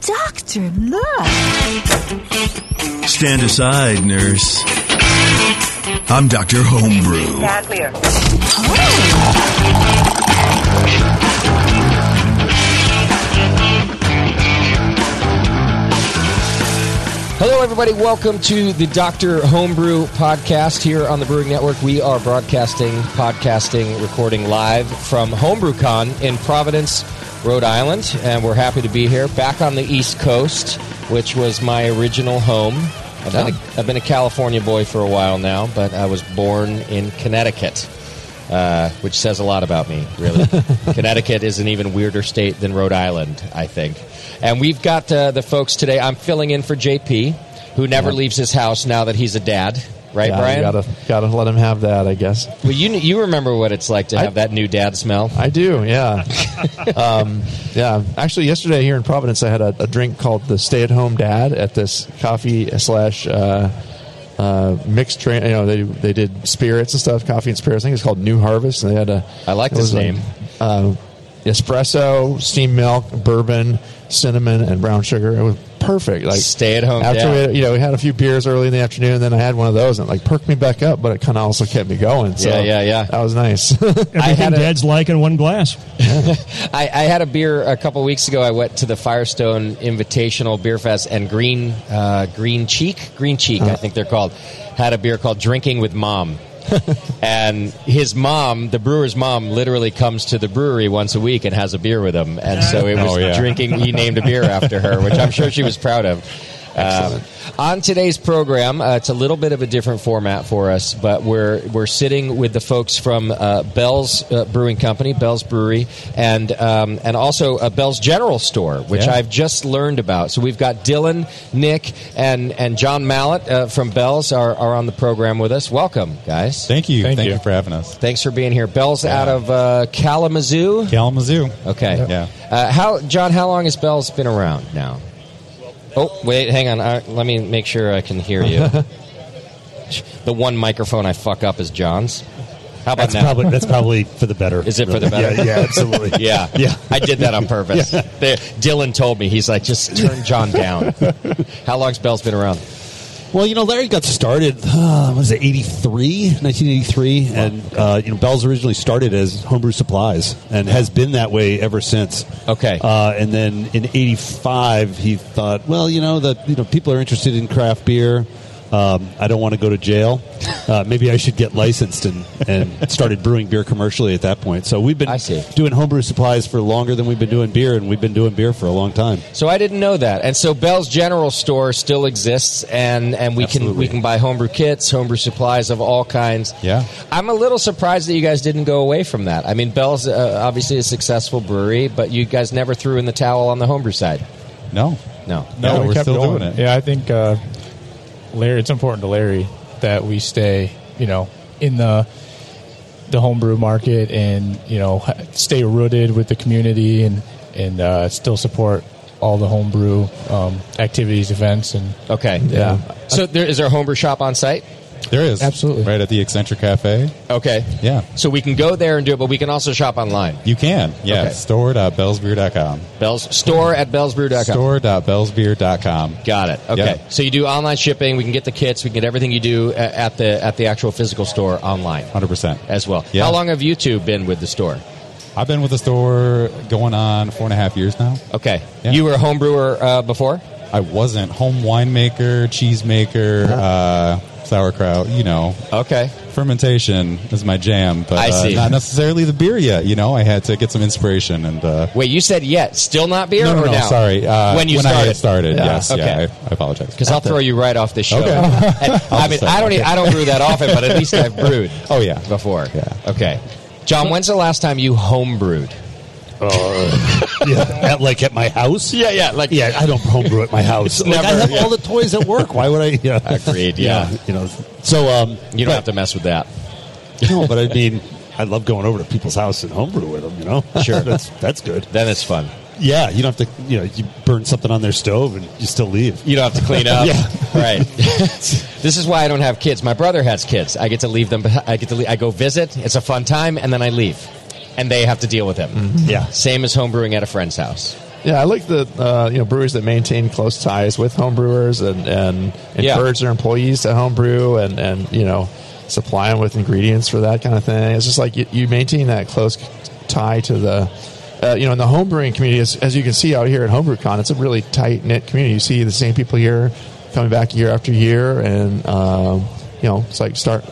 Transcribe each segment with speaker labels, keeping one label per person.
Speaker 1: Doctor, look.
Speaker 2: Stand aside, nurse. I'm Dr. Homebrew.
Speaker 3: Stand clear.
Speaker 4: Hello, everybody. Welcome to the Dr. Homebrew podcast here on the Brewing Network. We are broadcasting, podcasting, recording live from HomebrewCon in Providence, Rhode Island, and we're happy to be here back on the East Coast, which was my original home. I've, been, a, I've been a California boy for a while now, but I was born in Connecticut, uh, which says a lot about me, really. Connecticut is an even weirder state than Rhode Island, I think. And we've got uh, the folks today. I'm filling in for JP, who never leaves his house now that he's a dad. Right,
Speaker 5: Yeah,
Speaker 4: Brian?
Speaker 5: You gotta, gotta let him have that, I guess.
Speaker 4: Well, you you remember what it's like to have that new dad smell.
Speaker 5: I do, yeah. um, yeah. Actually, yesterday here in Providence, I had a, a drink called the Stay at Home Dad at this coffee slash uh, uh, mixed train. You know, they they did spirits and stuff, coffee and spirits. I think it's called New Harvest, and they had a.
Speaker 4: I like
Speaker 5: it
Speaker 4: this
Speaker 5: was a,
Speaker 4: name.
Speaker 5: uh, espresso, steamed milk, bourbon, cinnamon, and brown sugar. It was perfect. Like
Speaker 4: Stay at home
Speaker 5: After
Speaker 4: dad.
Speaker 5: we, had, you know, we had a few beers early in the afternoon, then I had one of those, and it, like perked me back up, but it kind of also kept me going. So
Speaker 4: Yeah, yeah, yeah.
Speaker 5: That was nice.
Speaker 4: I
Speaker 6: Everything
Speaker 4: had a-
Speaker 6: dad's like in one glass.
Speaker 4: I, I had a beer a couple weeks ago. I went to the Firestone Invitational Beer Fest, and Green uh, Green Cheek, Green Cheek,
Speaker 5: Uh-huh.
Speaker 4: I think they're called, had a beer called Drinking with Mom. and his mom, the brewer's mom, literally comes to the brewery once a week and has a beer with him. And so he was
Speaker 5: Oh, yeah.
Speaker 4: drinking. He named a beer after her, which I'm sure she was proud of. Um, on today's program, uh, it's a little bit of a different format for us, but we're we're sitting with the folks from uh, Bell's uh, Brewing Company, Bell's Brewery, and um, and also uh, Bell's General Store, which
Speaker 5: Yeah.
Speaker 4: I've just learned about. So we've got Dylan, Nick, and and John Mallett uh, from Bell's are, are on the program with us. Welcome, guys.
Speaker 7: Thank you.
Speaker 5: Thank
Speaker 7: Thank,
Speaker 5: you.
Speaker 7: you. for having us.
Speaker 4: Thanks for being here. Bell's out of uh, Kalamazoo.
Speaker 7: Kalamazoo.
Speaker 4: Okay.
Speaker 7: Yeah.
Speaker 4: Uh, how John? How long has Bell's been around now? Oh wait, hang on. Uh, let me make sure I can hear you. the one microphone I fuck up is John's. How about
Speaker 8: That's
Speaker 4: now?
Speaker 8: probably that's probably for the better.
Speaker 4: Is it for the better?
Speaker 8: Yeah, yeah, absolutely.
Speaker 4: yeah,
Speaker 8: yeah.
Speaker 4: I did that on purpose. They- Dylan told me he's like, just turn John down. how long's Bell's been around?
Speaker 8: Well, you know, Larry got started. Uh, was it 83, 1983? And uh, you know, Bell's originally started as homebrew supplies and has been that way ever since.
Speaker 4: Okay.
Speaker 8: Uh, and then in '85, he thought, well, you know, that you know, people are interested in craft beer. Um, I don't want to go to jail. Uh, maybe I should get licensed and, and started brewing beer commercially at that point. So we've been
Speaker 4: I see.
Speaker 8: doing homebrew supplies for longer than we've been doing beer, and we've been doing beer for a long time.
Speaker 4: So I didn't know that. And so Bell's General Store still exists, and, and we can we can buy homebrew kits, homebrew supplies of all kinds.
Speaker 7: Yeah.
Speaker 4: I'm a little surprised that you guys didn't go away from that. I mean, Bell's uh, obviously a successful brewery, but you guys never threw in the towel on the homebrew side.
Speaker 7: No.
Speaker 4: No.
Speaker 7: No,
Speaker 5: Yeah, we
Speaker 7: we're
Speaker 5: kept
Speaker 7: still
Speaker 5: going.
Speaker 7: doing it.
Speaker 9: Yeah, I think uh, Larry. It's important to Larry that we stay, you know, in the the homebrew market and you know h- stay rooted with the community and and uh, still support all the homebrew um, activities, events, and
Speaker 4: Okay.
Speaker 9: Yeah.
Speaker 4: So there is there a homebrew shop on site?
Speaker 7: There is.
Speaker 9: Absolutely.
Speaker 7: Right at the Eccentric Cafe.
Speaker 4: Okay.
Speaker 7: Yeah.
Speaker 4: So we can go there and do it, but we can also shop online.
Speaker 7: You can. Yeah.
Speaker 4: Okay.
Speaker 7: Store.bellsbeer.com.
Speaker 4: Bell's store at bellsbrew.com.
Speaker 7: Store.bellsbeer.com.
Speaker 4: Got it. Okay.
Speaker 7: Yeah.
Speaker 4: So you do online shipping. We can get the kits. We can get everything you do a- at the at the actual physical store online.
Speaker 7: 100%.
Speaker 4: as well.
Speaker 7: Yeah.
Speaker 4: How long have you two been with the store?
Speaker 7: I've been with the store going on four and a half years now.
Speaker 4: Okay,
Speaker 7: Yeah.
Speaker 4: you were a home brewer uh, before.
Speaker 7: I wasn't home winemaker, cheesemaker, uh, sauerkraut, you know.
Speaker 4: Okay,
Speaker 7: Fermentation is my jam, but
Speaker 4: I
Speaker 7: uh,
Speaker 4: see.
Speaker 7: not necessarily the beer yet. You know, I had to get some inspiration and uh,
Speaker 4: wait, you said yet, still not beer
Speaker 7: no, no,
Speaker 4: or
Speaker 7: no,
Speaker 4: now?
Speaker 7: sorry. Uh,
Speaker 4: when you
Speaker 7: when I
Speaker 4: started,
Speaker 7: had started, yes,
Speaker 4: Okay.
Speaker 7: yeah, I, I apologize.
Speaker 4: Because I'll throw you right off the show.
Speaker 7: Okay.
Speaker 4: And, I mean, I don't, e- I don't brew that often, but at least I've brewed.
Speaker 7: Oh, yeah.
Speaker 4: before.
Speaker 7: Yeah.
Speaker 4: Okay, John, when's the last time you home brewed?
Speaker 8: yeah, at, like at my house.
Speaker 4: Yeah, yeah, like
Speaker 8: Yeah, I don't homebrew at my house. Like,
Speaker 4: never-
Speaker 8: I have
Speaker 4: yeah.
Speaker 8: all the toys at work. Why would I? Yeah.
Speaker 4: Agreed, yeah.
Speaker 8: you know. So um,
Speaker 4: You don't have to mess with that.
Speaker 8: to. No, but I mean, I love going over to people's house and homebrew with them. You know,
Speaker 4: Sure.
Speaker 8: that's that's good.
Speaker 4: Then it's fun.
Speaker 8: Yeah, you don't have to. You know, you burn something on their stove and you still leave.
Speaker 4: You don't have to clean up.
Speaker 8: Yeah.
Speaker 4: Right. this is why I don't have kids. My brother has kids. I get to leave them. beh- I get to. Leave, I go visit. It's a fun time, and then I leave, and they have to deal with him.
Speaker 8: Yeah.
Speaker 4: Same as homebrewing at a friend's house.
Speaker 5: Yeah, I like the uh, you know breweries that maintain close ties with home brewers and, and
Speaker 4: Yeah.
Speaker 5: encourage their employees to homebrew and and you know supply them with ingredients for that kind of thing. It's just like you, you maintain that close tie to the uh, you know in the homebrewing community. As, as you can see out here at HomebrewCon, it's a really tight knit community. You see the same people here coming back year after year, and um, you know it's like start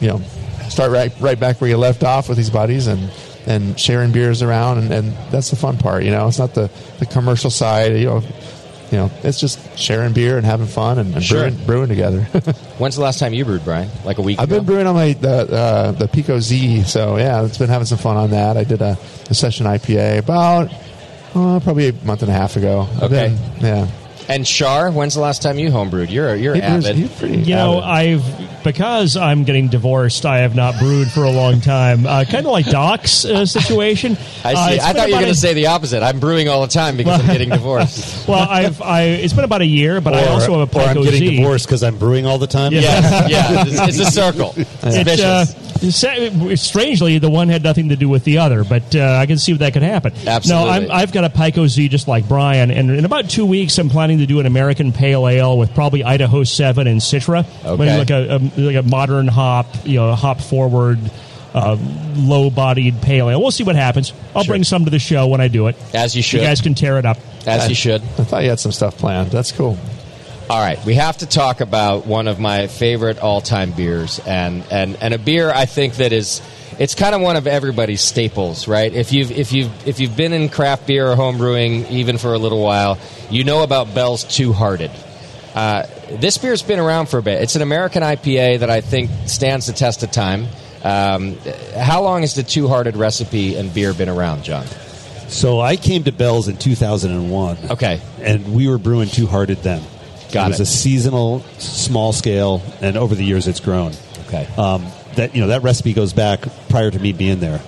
Speaker 5: you know start right right back where you left off with these buddies and and sharing beers around and, and that's the fun part you know it's not the, the commercial side you know you know it's just sharing beer and having fun and, and
Speaker 4: Sure.
Speaker 5: brewing, brewing together
Speaker 4: When's the last time you brewed, Brian? Like a week
Speaker 5: I've
Speaker 4: ago?
Speaker 5: been brewing on my the uh, the Pico Z, so yeah, it's been having some fun on that. I did a, a session IPA about uh, probably a month and a half ago. I've
Speaker 4: Okay.
Speaker 5: been- yeah,
Speaker 4: and Shar, when's the last time you homebrewed? You're you're
Speaker 5: He brews-
Speaker 4: avid.
Speaker 5: he's pretty
Speaker 3: You know,
Speaker 5: avid.
Speaker 3: I've because I'm getting divorced. I have not brewed for a long time. Uh, kind of like Doc's uh, situation.
Speaker 4: I
Speaker 3: Uh,
Speaker 4: see.
Speaker 3: it's
Speaker 4: I
Speaker 3: been
Speaker 4: thought you were
Speaker 3: about
Speaker 4: going
Speaker 3: a-
Speaker 4: to say the opposite. I'm brewing all the time because I'm getting divorced.
Speaker 3: Well, I've I, it's been about a year, but I also have a
Speaker 8: or I'm
Speaker 3: Pico
Speaker 8: getting
Speaker 3: Z.
Speaker 8: divorced because I'm brewing all the time.
Speaker 3: Yeah.
Speaker 4: yeah, yeah. It's, it's a circle. It's
Speaker 3: It,
Speaker 4: vicious.
Speaker 3: uh, sa- strangely, the one had nothing to do with the other, but uh, I can see that could happen. No,
Speaker 4: Absolutely.
Speaker 3: I'm, I've got a Pico Z just like Brian, and in about two weeks, I'm planning to do an American Pale Ale with probably Idaho Seven and Citra,
Speaker 4: Okay.
Speaker 3: Maybe like a, a like a modern hop, you know, hop forward. Uh, low-bodied pale ale. We'll see what happens. I'll bring some to the show when I do it.
Speaker 4: As you should.
Speaker 3: You guys can tear it up.
Speaker 4: As you should.
Speaker 5: I thought you had some stuff planned. That's cool.
Speaker 4: All right, we have to talk about one of my favorite all-time beers, and and and a beer I think that is it's kind of one of everybody's staples, right? If you've if you've if you've been in craft beer or home brewing even for a little while, you know about Bell's Two Hearted. Uh, this beer's been around for a bit. It's an American IPA that I think stands the test of time. Um, how long has the Two Hearted recipe and beer been around, John?
Speaker 8: So I came to Bell's in 2001.
Speaker 4: Okay.
Speaker 8: And we were brewing Two Hearted then.
Speaker 4: Got
Speaker 8: it was
Speaker 4: it.
Speaker 8: a seasonal, small scale, and over the years it's grown.
Speaker 4: Okay.
Speaker 8: Um, that you know that recipe goes back prior to me being there,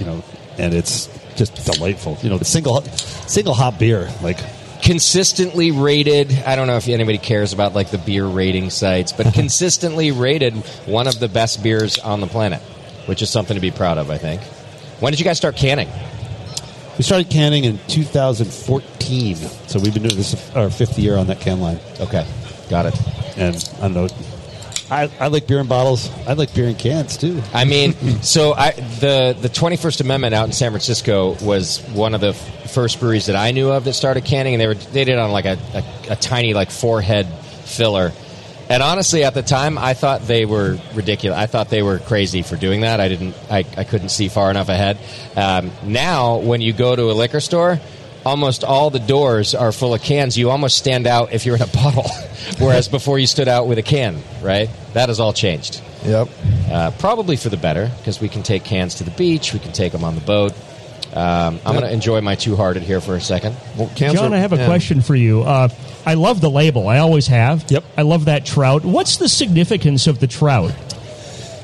Speaker 8: you know, and it's just delightful. You know, the single single hop beer, like
Speaker 4: consistently rated. I don't know if anybody cares about like the beer rating sites, but consistently rated one of the best beers on the planet, which is something to be proud of. I think. When did you guys start canning?
Speaker 8: we started canning in 2014, so we've been doing this our fifth year on that can line.
Speaker 4: Okay, got it.
Speaker 8: And I don't know, I, I like beer in bottles. I like beer in cans too.
Speaker 4: I mean, so I, the the Twenty First Amendment out in San Francisco was one of the f- first breweries that I knew of that started canning, and they were they did it on like a, a, a tiny like forehead filler. And honestly, at the time, I thought they were ridiculous. I thought they were crazy for doing that. I didn't. I, I couldn't see far enough ahead. Um, now, when you go to a liquor store, almost all the doors are full of cans. You almost stand out if you're in a bottle, whereas before you stood out with a can. Right? That has all changed
Speaker 5: Yep.
Speaker 4: uh, probably for the better because we can take cans to the beach, we can take them on the boat. Um, I'm going to enjoy my two hearted here for a second.
Speaker 5: Well, cans
Speaker 3: John,
Speaker 5: are-
Speaker 3: I have a
Speaker 5: yeah.
Speaker 3: question for you. Uh, I love the label. I always have.
Speaker 8: Yep.
Speaker 3: I love that trout. What's the significance of the trout?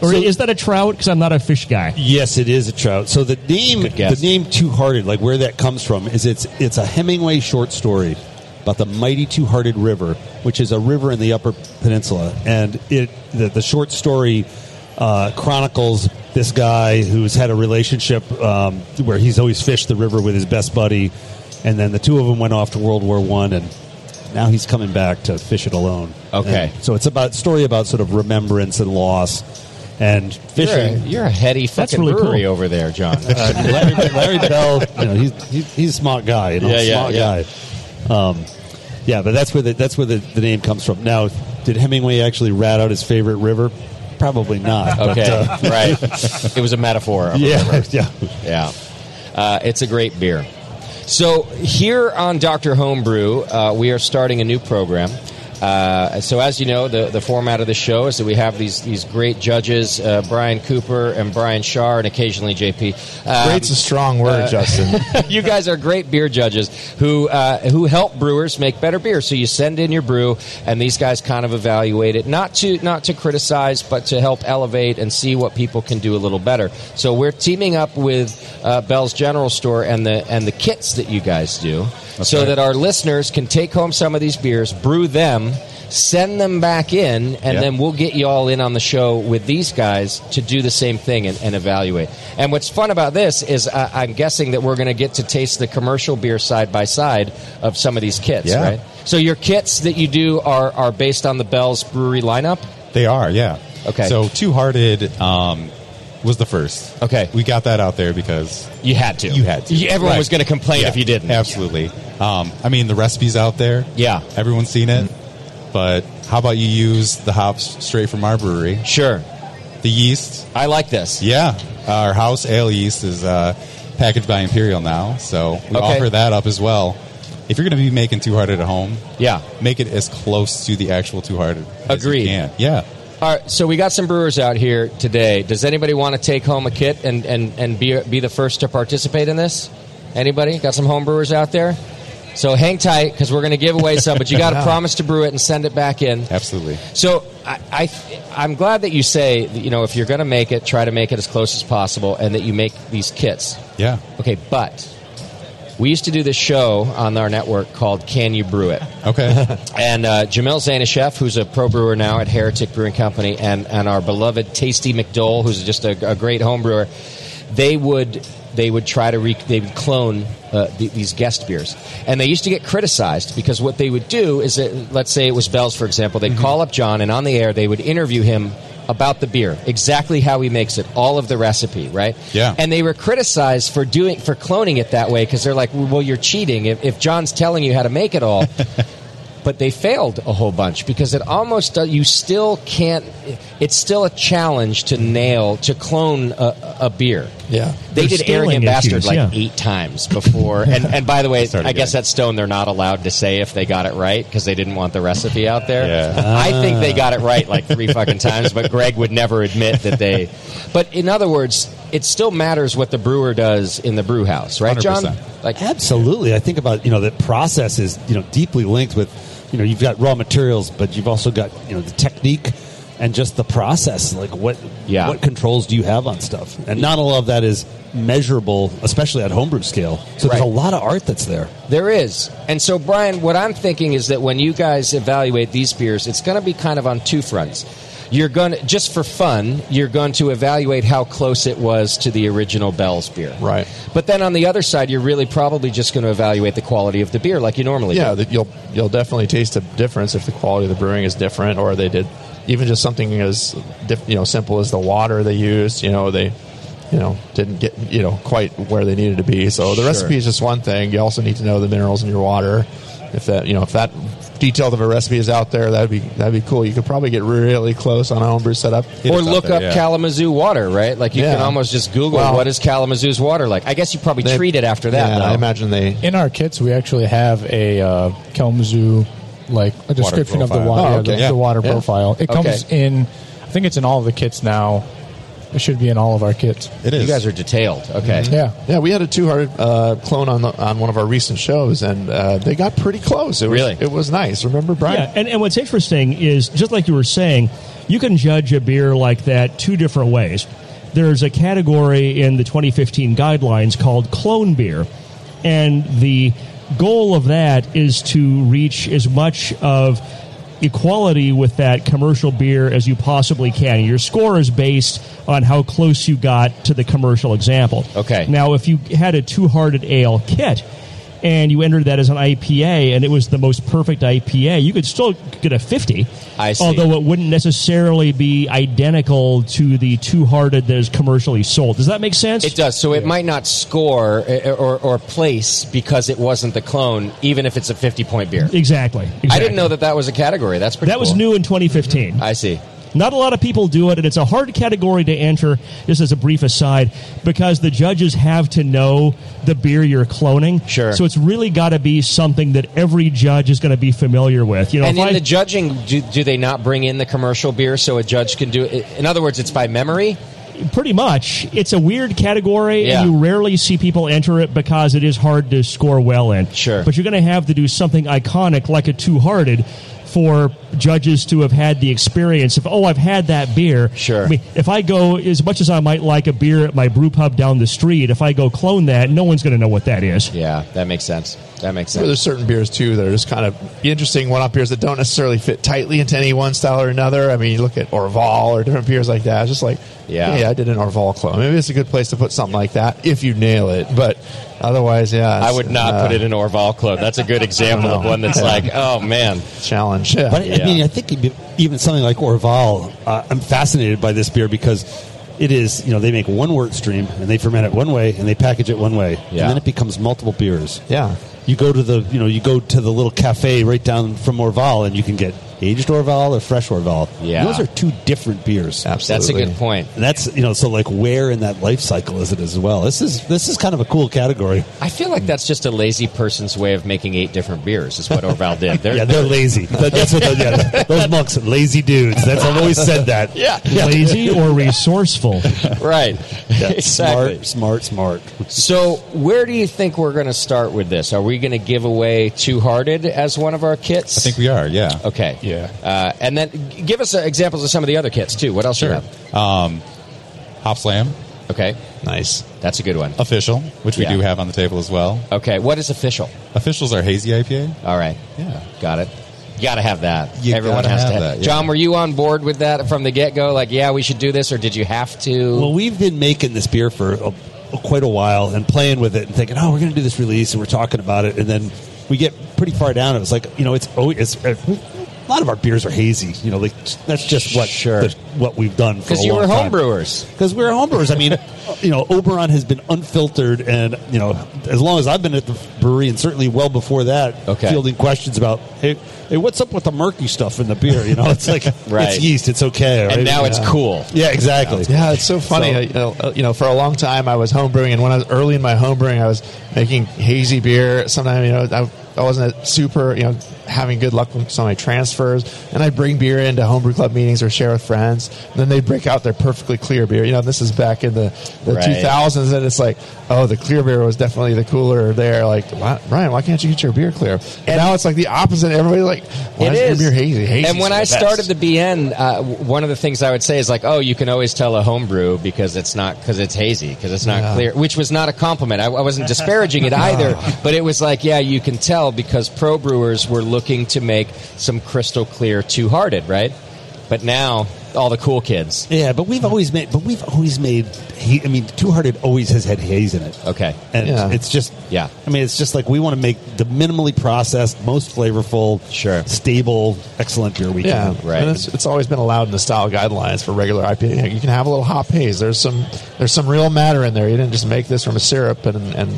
Speaker 3: Or
Speaker 8: So-
Speaker 3: is that a trout? Because I'm not a fish guy.
Speaker 8: Yes, it is a trout. So the name,
Speaker 4: Good guess.
Speaker 8: the name Two Hearted, like where that comes from, is it's it's a Hemingway short story about the mighty Two Hearted River, which is a river in the Upper Peninsula, and it the, the short story uh, chronicles this guy who's had a relationship um, where he's always fished the river with his best buddy, and then the two of them went off to World War One and. Now he's coming back to fish it alone.
Speaker 4: Okay.
Speaker 8: And so it's about story about sort of remembrance and loss, and
Speaker 4: You're a,
Speaker 8: fishing.
Speaker 4: you're a heady fucking
Speaker 3: really
Speaker 4: brewery
Speaker 3: cool.
Speaker 4: over there, John.
Speaker 8: Uh, Larry, Larry Bell, you know, he's, he's, he's a smart guy. You know,
Speaker 4: Yeah, yeah,
Speaker 8: smart
Speaker 4: yeah.
Speaker 8: guy. Um, yeah, but that's where the, that's where the, the name comes from. Now, did Hemingway actually rat out his favorite river? Probably not. but,
Speaker 4: okay,
Speaker 8: uh,
Speaker 4: right. It was a metaphor. of a
Speaker 8: yeah, yeah.
Speaker 4: Yeah. Uh, it's a great beer. So, here on Dr. Homebrew, uh, we are starting a new program. Uh, so, as you know, the, the format of the show is that we have these, these great judges, uh, Brian Cooper and Brian Shar, and occasionally JP. Um,
Speaker 5: Great's a strong word, Justin.
Speaker 4: you guys are great beer judges who uh, who help brewers make better beer. So you send in your brew, and these guys kind of evaluate it, not to not to criticize, but to help elevate and see what people can do a little better. So we're teaming up with uh, Bell's General Store and the and the kits that you guys do, so that our listeners can take home some of these beers, brew them. Send them back in, and
Speaker 5: Yeah.
Speaker 4: then we'll get you all in on the show with these guys to do the same thing and, and evaluate. And what's fun about this is I, I'm guessing that we're going to get to taste the commercial beer side by side of some of these kits,
Speaker 7: Yeah.
Speaker 4: right? So your kits that you do are, are based on the Bell's Brewery lineup?
Speaker 7: They are, yeah.
Speaker 4: Okay.
Speaker 7: So Two Hearted um, was the first.
Speaker 4: Okay.
Speaker 7: We got that out there because
Speaker 4: You had to.
Speaker 7: you had to.
Speaker 4: You- everyone
Speaker 7: Right.
Speaker 4: was going to complain
Speaker 7: Yeah,
Speaker 4: if you didn't.
Speaker 7: Absolutely. Um, I mean, the recipe's out there.
Speaker 4: Yeah.
Speaker 7: Everyone's seen it. But how about you use the hops straight from our brewery?
Speaker 4: Sure.
Speaker 7: The yeast,
Speaker 4: I like this.
Speaker 7: yeah. Our house ale yeast is uh, packaged by Imperial now, so we
Speaker 4: Okay.
Speaker 7: offer that up as well. If you're going to be making Two Hearted at home,
Speaker 4: Yeah.
Speaker 7: make it as close to the actual Two Hearted. as you
Speaker 4: Agreed.
Speaker 7: can. Yeah.
Speaker 4: All right, so we got some brewers out here today. Does anybody want to take home a kit and, and, and be, be the first to participate in this? Anybody? Got some home brewers out there? So hang tight because we're going to give away some, but you got to promise to brew it and send it back in.
Speaker 7: Absolutely.
Speaker 4: So I, I I'm glad that you say that, you know if you're going to make it, try to make it as close as possible, and that you make these kits.
Speaker 7: Yeah.
Speaker 4: Okay, but we used to do this show on our network called Can You Brew It?
Speaker 7: Okay.
Speaker 4: And uh, Jamel Zanishev, who's a pro brewer now at Heretic Brewing Company, and, and our beloved Tasty McDole, who's just a, a great home brewer, they would they would try to re- they would clone uh, the, these guest beers, and they used to get criticized because what they would do is that, let's say it was Bell's, for example, they'd call up John, and on the air they would interview him about the beer, exactly how he makes it, all of the recipe, right?
Speaker 7: Yeah.
Speaker 4: And they were criticized for doing for cloning it that way because they're like, well, you're cheating if, if John's telling you how to make it all. but they failed a whole bunch because it almost do- you still can't it's still a challenge to nail to clone a, a beer
Speaker 5: Yeah.
Speaker 4: they
Speaker 10: There's
Speaker 4: did arrogant
Speaker 10: stealing
Speaker 4: bastard
Speaker 10: issues,
Speaker 4: like
Speaker 10: yeah.
Speaker 4: eight times before and, and by the way
Speaker 7: Started
Speaker 4: i guess
Speaker 7: again.
Speaker 4: that stone they're not allowed to say if they got it right because they didn't want the recipe out there
Speaker 7: Yeah.
Speaker 4: i think they got it right like three fucking times but greg would never admit that they but in other words it still matters what the brewer does in the brew house right john
Speaker 7: 100%.
Speaker 4: like
Speaker 8: Absolutely. I think about, you know, that process is, you know, deeply linked with, you know, you've got raw materials, but you've also got, you know, the technique and just the process. Like what
Speaker 4: Yeah.
Speaker 8: what controls do you have on stuff? And not all of that is measurable, especially at homebrew scale. So there's a
Speaker 4: Right.
Speaker 8: lot of art that's there.
Speaker 4: There is. And so, Brian, what I'm thinking is that when you guys evaluate these beers, it's going to be kind of on two fronts. You're going to, just for fun, you're going to evaluate how close it was to the original Bell's beer.
Speaker 5: Right.
Speaker 4: But then on the other side, you're really probably just going to evaluate the quality of the beer like you normally
Speaker 5: yeah,
Speaker 4: do.
Speaker 5: that you'll you'll definitely taste a difference if the quality of the brewing is different, or they did even just something as diff, you know simple as the water they used. You know they you know didn't get you know quite where they needed to be. So the
Speaker 4: Sure.
Speaker 5: recipe is just one thing. You also need to know the minerals in your water. If that you know if that detailed of a recipe is out there, that'd be that'd be cool. You could probably get really close on a homebrew setup.
Speaker 4: Or
Speaker 7: is out
Speaker 4: look
Speaker 7: there,
Speaker 4: up
Speaker 7: yeah.
Speaker 4: Kalamazoo water, right? Like you
Speaker 5: Yeah.
Speaker 4: can almost just Google
Speaker 5: Well-
Speaker 4: what is Kalamazoo's water like. I guess you probably
Speaker 5: They-
Speaker 4: treat it after that.
Speaker 5: yeah,
Speaker 4: though.
Speaker 5: I imagine they.
Speaker 9: In our kits, we actually have a uh, Kalamazoo like a description of the
Speaker 7: profile.
Speaker 9: water,
Speaker 5: Oh,
Speaker 9: yeah,
Speaker 5: okay.
Speaker 9: the,
Speaker 5: Yeah.
Speaker 9: the water
Speaker 5: Yeah.
Speaker 9: profile. It
Speaker 4: Okay.
Speaker 9: comes in. I think it's in all of the kits now. It should be in all of our kits.
Speaker 7: It is.
Speaker 4: You guys are detailed. Okay.
Speaker 9: Yeah.
Speaker 5: Yeah, we had a two-hearted uh, clone on the, on one of our recent shows, and uh, they got pretty close. It was,
Speaker 4: Really?
Speaker 5: it was nice. Remember, Brian?
Speaker 10: Yeah, and, and what's interesting is just like you were saying, you can judge a beer like that two different ways. There's a category in the 2015 guidelines called clone beer, and the goal of that is to reach as much of equality with that commercial beer as you possibly can. Your score is based on how close you got to the commercial example.
Speaker 4: Okay.
Speaker 10: Now, if you had a Two Hearted Ale kit and you entered that as an IPA and it was the most perfect IPA, you could still get a 50.
Speaker 4: I see.
Speaker 10: Although it wouldn't necessarily be identical to the Two Hearted that is commercially sold. Does that make sense?
Speaker 4: It does. So it might not score uh, or, or place because it wasn't the clone, even if it's a 50 point beer.
Speaker 10: Exactly.
Speaker 4: I
Speaker 10: exactly.
Speaker 4: didn't know that that was a category. That's pretty
Speaker 10: That was
Speaker 4: cool.
Speaker 10: new in 2015.
Speaker 4: I see.
Speaker 10: Not a lot of people do it, and it's a hard category to enter, just as a brief aside, because the judges have to know the beer you're cloning.
Speaker 4: Sure.
Speaker 10: So it's really got to be something that every judge is going to be familiar with. You know,
Speaker 4: And
Speaker 10: if
Speaker 4: in
Speaker 10: I-
Speaker 4: the judging, do, do they not bring in the commercial beer so a judge can do it? In other words, it's by memory?
Speaker 10: pretty much, it's a weird category,
Speaker 4: Yeah.
Speaker 10: and you rarely see people enter it because it is hard to score well in.
Speaker 4: Sure.
Speaker 10: But you're going to have to do something iconic like a Two Hearted for judges to have had the experience of, oh, I've had that beer.
Speaker 4: Sure.
Speaker 10: I mean, if I go, as much as I might like a beer at my brew pub down the street, if I go clone that, no one's going to know what that is.
Speaker 4: Yeah, that makes sense. That makes
Speaker 5: But there's certain beers too that are just kind of interesting one-off beers that don't necessarily fit tightly into any one style or another. I mean, you look at Orval or different beers like that. It's just like,
Speaker 4: Yeah.
Speaker 5: hey, I did an Orval clone. Maybe it's a good place to put something like that if you nail it. But otherwise, yeah, uh,
Speaker 4: I would not put it in Orval Club. That's a good example of one that's like, oh man,
Speaker 5: challenge. Yeah.
Speaker 8: But I mean, I think it'd be- even something like Orval, uh, I'm fascinated by this beer because it is, you know, they make one wort stream and they ferment it one way and they package it one way.
Speaker 4: Yeah.
Speaker 8: And then it becomes multiple beers.
Speaker 5: Yeah.
Speaker 8: You go to the, you know, you go to the little cafe right down from Orval and you can get aged Orval or fresh Orval.
Speaker 4: Yeah.
Speaker 8: Those are two different beers.
Speaker 4: that's a
Speaker 5: absolutely.
Speaker 4: good point.
Speaker 8: And that's, you know, so like where in that life cycle is it as well? This is this is kind of a cool category.
Speaker 4: I feel like that's just a lazy person's way of making eight different beers. Is what Orval did. They're-
Speaker 8: Yeah, they're lazy. That- That's what. They're, yeah, those monks, are lazy dudes. That's I've always said that.
Speaker 4: yeah,
Speaker 3: Lazy or resourceful?
Speaker 4: right. exactly.
Speaker 8: Smart, smart, smart.
Speaker 4: So, where do you think we're going to start with this? Are we going to give away Two Hearted as one of our kits?
Speaker 7: I think we are. Yeah.
Speaker 4: Okay.
Speaker 9: Yeah.
Speaker 4: Uh, and then g- give us uh, examples of some of the other kits too. What else you
Speaker 7: Sure.
Speaker 4: have?
Speaker 7: Um, Hop Slam
Speaker 4: Okay,
Speaker 5: Nice.
Speaker 4: that's a good one.
Speaker 7: official, which we
Speaker 4: Yeah.
Speaker 7: do have on the table as well.
Speaker 4: Okay, what is official?
Speaker 7: Officials are hazy IPA.
Speaker 4: All right.
Speaker 7: Yeah.
Speaker 4: Got it. You got to have that.
Speaker 7: You
Speaker 4: Everyone
Speaker 7: gotta
Speaker 4: has
Speaker 7: have
Speaker 4: to.
Speaker 7: that, yeah.
Speaker 4: John, were you on board with that from the get go? Like, yeah, we should do this, or did you have to?
Speaker 8: Well, we've been making this beer for a, quite a while and playing with it and thinking, oh, we're going to do this release and we're talking about it, and then we get pretty far down. And it's like, you know, it's oh, it's uh, a lot of our beers are hazy. You know, like that's just what
Speaker 4: Sure.
Speaker 8: the- what we've done for a
Speaker 4: Because you
Speaker 8: long
Speaker 4: were
Speaker 8: time.
Speaker 4: homebrewers.
Speaker 8: because we're homebrewers. I mean, you know, Oberon has been unfiltered, and you know, as long as I've been at the brewery, and certainly well before that,
Speaker 4: Okay.
Speaker 8: fielding questions about hey, hey, what's up with the murky stuff in the beer? You know, it's like
Speaker 4: Right.
Speaker 8: it's yeast, it's okay, right?
Speaker 4: And now it's
Speaker 8: Yeah.
Speaker 4: cool.
Speaker 8: Yeah, exactly.
Speaker 5: Yeah, it's so funny.
Speaker 8: So-
Speaker 5: you, know, uh, you know, for a long time I was homebrewing, and when I was early in my homebrewing, I was making hazy beer. Sometimes, you know, I, I wasn't super, you know, having good luck with some of my transfers. And I'd bring beer into homebrew club meetings or share with friends. And then they'd break out their perfectly clear beer. You know, this is back in the, the
Speaker 4: Right.
Speaker 5: 2000s, and it's like, oh, the clear beer was definitely the cooler there. Like, why, Ryan, why can't you get your beer clear? And, now it's like the opposite. Everybody's like, why
Speaker 4: It
Speaker 5: is,
Speaker 4: is.
Speaker 5: your beer hazy? Hazy's
Speaker 4: and when
Speaker 5: the
Speaker 4: I
Speaker 5: best.
Speaker 4: started the BN, uh, w- one of the things I would say is like, "Oh, you can always tell a homebrew because it's not because it's hazy because it's not clear," which was not a compliment. I, I wasn't disparaging it either, but it was like, "Yeah, you can tell because pro brewers were looking to make some crystal clear two hearted, right?" But now all the cool kids.
Speaker 8: Yeah, but we've always made, but we've always made. He, I mean, Two Hearted always has had haze in it.
Speaker 4: Okay.
Speaker 8: and
Speaker 5: Yeah.
Speaker 8: it's just,
Speaker 4: Yeah.
Speaker 8: I mean, it's just like we want to make the minimally processed, most flavorful,
Speaker 4: Sure.
Speaker 8: stable, excellent beer we
Speaker 5: Yeah,
Speaker 8: can.
Speaker 4: Right.
Speaker 5: And it's, it's always been allowed in the style guidelines for regular IPA. You can have a little hop haze. There's some there's some real matter in there. You didn't just make this from a syrup and and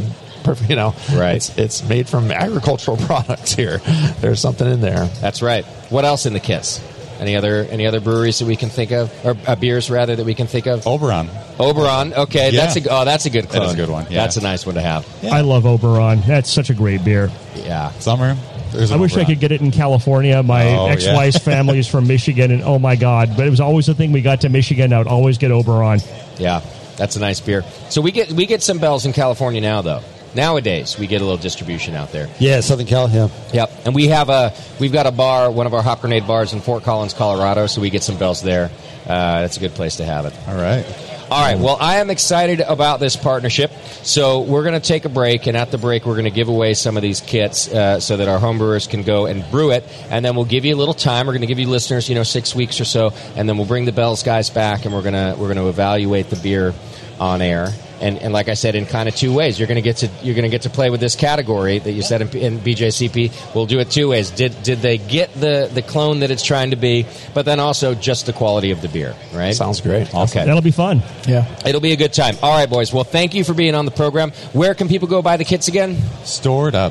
Speaker 5: perfect. You know,
Speaker 4: Right.
Speaker 5: It's, it's made from agricultural products here. There's something in there.
Speaker 4: That's right. What else in the kits? Any other any other breweries that we can think of, or uh, beers rather that we can think of?
Speaker 7: Oberon.
Speaker 4: Oberon. Okay,
Speaker 7: Oh. Yeah.
Speaker 4: that's a oh, that's a good
Speaker 7: That
Speaker 4: clone.
Speaker 7: is a good one, yeah.
Speaker 4: That's a nice one to have.
Speaker 3: I love Oberon. That's such a great beer.
Speaker 4: Yeah.
Speaker 7: Summer. There's
Speaker 3: I
Speaker 7: an
Speaker 3: wish I
Speaker 7: Oberon.
Speaker 3: could get it in California. My
Speaker 7: Oh, yeah.
Speaker 3: ex-wife's family is from Michigan, and oh my god! But it was always the thing we got to Michigan. I would always get Oberon.
Speaker 4: Yeah, that's a nice beer. So we get we get some bells in California now, though. Nowadays, we get a little distribution out there.
Speaker 8: Yeah, Southern Cal. Yeah,
Speaker 4: Yep, and we have a we've got a bar, one of our hop grenade bars in Fort Collins, Colorado. So we get some bells there. Uh, that's a good place to have it.
Speaker 7: All right.
Speaker 4: All right. Well, I am excited about this partnership. So we're going to take a break, and at the break, we're going to give away some of these kits uh, so that our homebrewers can go and brew it. And then we'll give you a little time. We're going to give you listeners, you know, six weeks or so, and then we'll bring the Bells guys back, and we're gonna we're gonna evaluate the beer on air. And, and like I said, in kind of two ways, you're gonna get to you're gonna get to play with this category that you said in, in BJCP. We'll do it two ways. Did did they get the the clone that it's trying to be? But then also just the quality of the beer, right?
Speaker 5: Sounds great.
Speaker 4: Okay.
Speaker 3: That'll be fun.
Speaker 9: Yeah.
Speaker 4: It'll be a good time. All right, boys. Well, thank you for being on the program. Where can people go buy the kits again?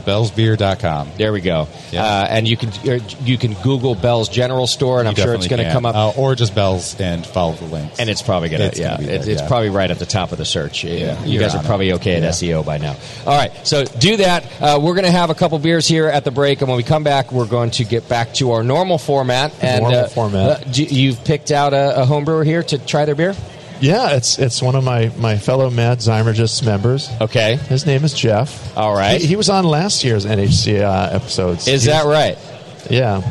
Speaker 7: Store.bellsbeer.com.
Speaker 4: There we go.
Speaker 7: Yeah.
Speaker 4: Uh, and you can er, you can Google Bell's General Store, and I'm
Speaker 7: You
Speaker 4: sure it's
Speaker 7: definitely
Speaker 4: going to
Speaker 7: can.
Speaker 4: come up.
Speaker 7: Uh, or just Bells and follow the links.
Speaker 4: Oh, And it's probably gonna,
Speaker 7: It's
Speaker 4: yeah,
Speaker 7: gonna be
Speaker 4: it's,
Speaker 7: there,
Speaker 4: it's
Speaker 7: yeah.
Speaker 4: probably right at the top of the search. Yeah, you
Speaker 7: you're
Speaker 4: guys are
Speaker 7: on it.
Speaker 4: probably okay at
Speaker 7: Yeah.
Speaker 4: SEO by now. All right, so do that. Uh, we're gonna have a couple beers here at the break, and when we come back, we're going to get back to our normal format. And
Speaker 5: Normal
Speaker 4: uh,
Speaker 5: format.
Speaker 4: uh, do, you've picked out a, a home brewer here to try their beer.
Speaker 5: Yeah, it's it's one of my my fellow Mad Zymergist members.
Speaker 4: Okay,
Speaker 5: His name is Jeff.
Speaker 4: All right.
Speaker 5: He, he was on last year's NHC uh, episodes.
Speaker 4: is
Speaker 5: He
Speaker 4: that
Speaker 5: was-
Speaker 4: right?
Speaker 5: Yeah.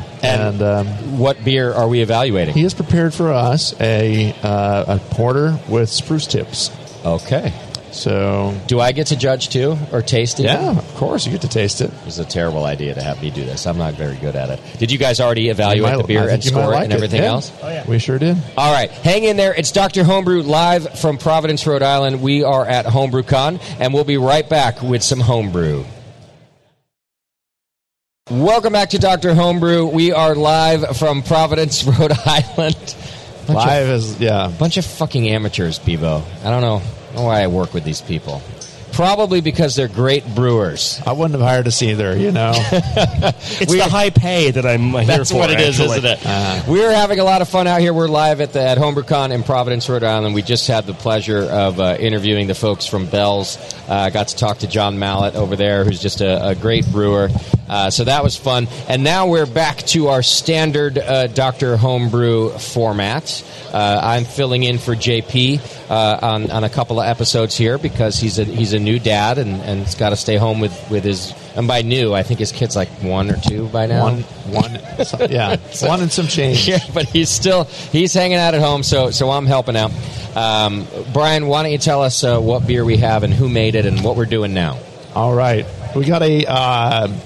Speaker 5: And,
Speaker 4: And-
Speaker 5: um,
Speaker 4: What beer are we evaluating?
Speaker 5: he has prepared for us a uh, a porter with spruce tips.
Speaker 4: Okay.
Speaker 5: So
Speaker 4: Do I get to judge too, or taste it?
Speaker 5: yeah, of course you get to taste it.
Speaker 4: It was a terrible idea to have me do this. I'm not very good at it. Did Oh, you guys already evaluate the beer and score it and everything else?
Speaker 5: We sure did.
Speaker 4: All right, hang in there. It's Dr. Homebrew live from Providence, Rhode Island. We are at HomebrewCon, and we'll be right back with some homebrew. Welcome back to Dr. Homebrew. We are live from Providence, Rhode Island. Bunch of-
Speaker 5: Live is yeah.
Speaker 4: bunch of fucking amateurs, Bebo. I don't know, I don't know why I work with these people. Probably because they're great brewers.
Speaker 5: I wouldn't have hired us either, you know.
Speaker 10: It's the high pay that I'm here
Speaker 4: That's
Speaker 10: for.
Speaker 4: what it is,
Speaker 10: actually.
Speaker 4: isn't it? We're having a lot of fun out here. We're live at the at HomebrewCon in Providence, Rhode Island. We just had the pleasure of uh, interviewing the folks from Bell's. Uh, I got to talk to John Mallett over there, who's just a, a great brewer. Uh, so that was fun. And now we're back to our standard uh, Dr. Homebrew format. Uh, I'm filling in for JP uh, on, on a couple of episodes here because he's a he's a new dad and, and he's got to stay home with, with his. And by new, I think his kid's like one or two by now.
Speaker 5: one one some- yeah. One and some change.
Speaker 4: Yeah, but he's still he's hanging out at home, so so I'm helping out. Um, Brian, why don't you tell us uh, what beer we have and who made it and what we're doing now?
Speaker 5: All right. We got a. Uh,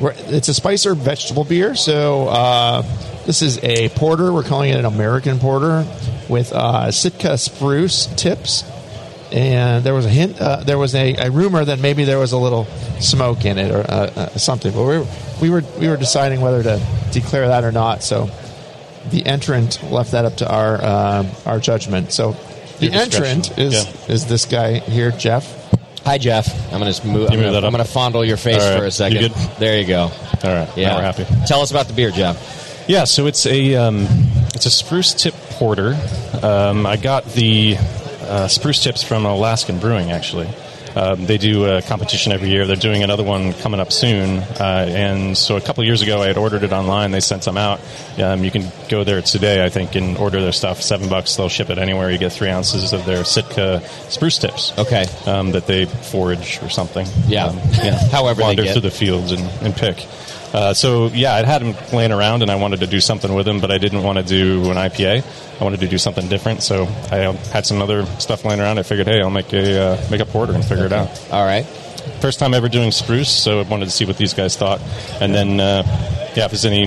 Speaker 5: we're, it's a spice herb vegetable beer. So uh, this is a porter. We're calling it an American porter with uh, Sitka spruce tips. And there was a hint. Uh, there was a, a rumor that maybe there was a little smoke in it or uh, uh, something. But we were, we were we were deciding whether to declare that or not. So the entrant left that up to our um our judgment. So the
Speaker 11: Your discretion.
Speaker 5: entrant is
Speaker 11: Yeah.
Speaker 5: is this guy here, Jeff.
Speaker 4: Hi, Jeff. I'm gonna just move. I'm
Speaker 11: me
Speaker 4: gonna,
Speaker 11: that up.
Speaker 4: I'm gonna fondle your face
Speaker 11: All right.
Speaker 4: for a second.
Speaker 11: You good?
Speaker 4: There you go.
Speaker 11: All right.
Speaker 4: Yeah,
Speaker 11: Now we're happy.
Speaker 4: Tell us about the beer, Jeff.
Speaker 11: Yeah, so it's a um, it's a spruce tip porter. Um, I got the uh, spruce tips from Alaskan Brewing. Actually, um, they do a competition every year. They're doing another one coming up soon. Uh, and so a couple years ago, I had ordered it online. They sent some out. Um, you can go there today, I think, and order their stuff. Seven bucks. They'll ship it anywhere. You get three ounces of their Sitka spruce tips.
Speaker 4: Okay.
Speaker 11: Um, that they forage or something.
Speaker 4: Yeah.
Speaker 11: Um, yeah.
Speaker 4: However they
Speaker 11: wander
Speaker 4: get.
Speaker 11: through the fields and, and pick. Uh, so yeah, I'd had him laying around, and I wanted to do something with him, but I didn't want to do an IPA. I wanted to do something different, so I um, had some other stuff laying around. I figured, hey, I'll make a uh, make a porter and figure it out.
Speaker 4: All right.
Speaker 11: First time ever doing spruce, so I wanted to see what these guys thought, and then uh, yeah, if there's any,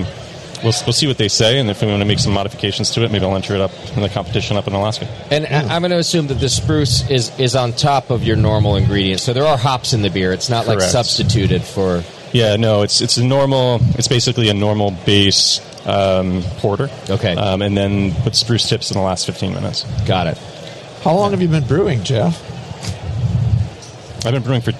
Speaker 11: we'll we'll see what they say, and if we want to make some modifications to it, maybe I'll enter it up in the competition up in Alaska.
Speaker 4: And I- I'm going to assume that the spruce is is on top of your normal ingredients. So there are hops in the beer. It's not like
Speaker 11: Correct.
Speaker 4: substituted for.
Speaker 11: Yeah, no, it's it's a normal. It's basically a normal base um, porter.
Speaker 4: Okay.
Speaker 11: um, and then put spruce tips in the last fifteen minutes.
Speaker 4: Got it.
Speaker 5: How long have you been brewing, Jeff?
Speaker 11: I've been brewing for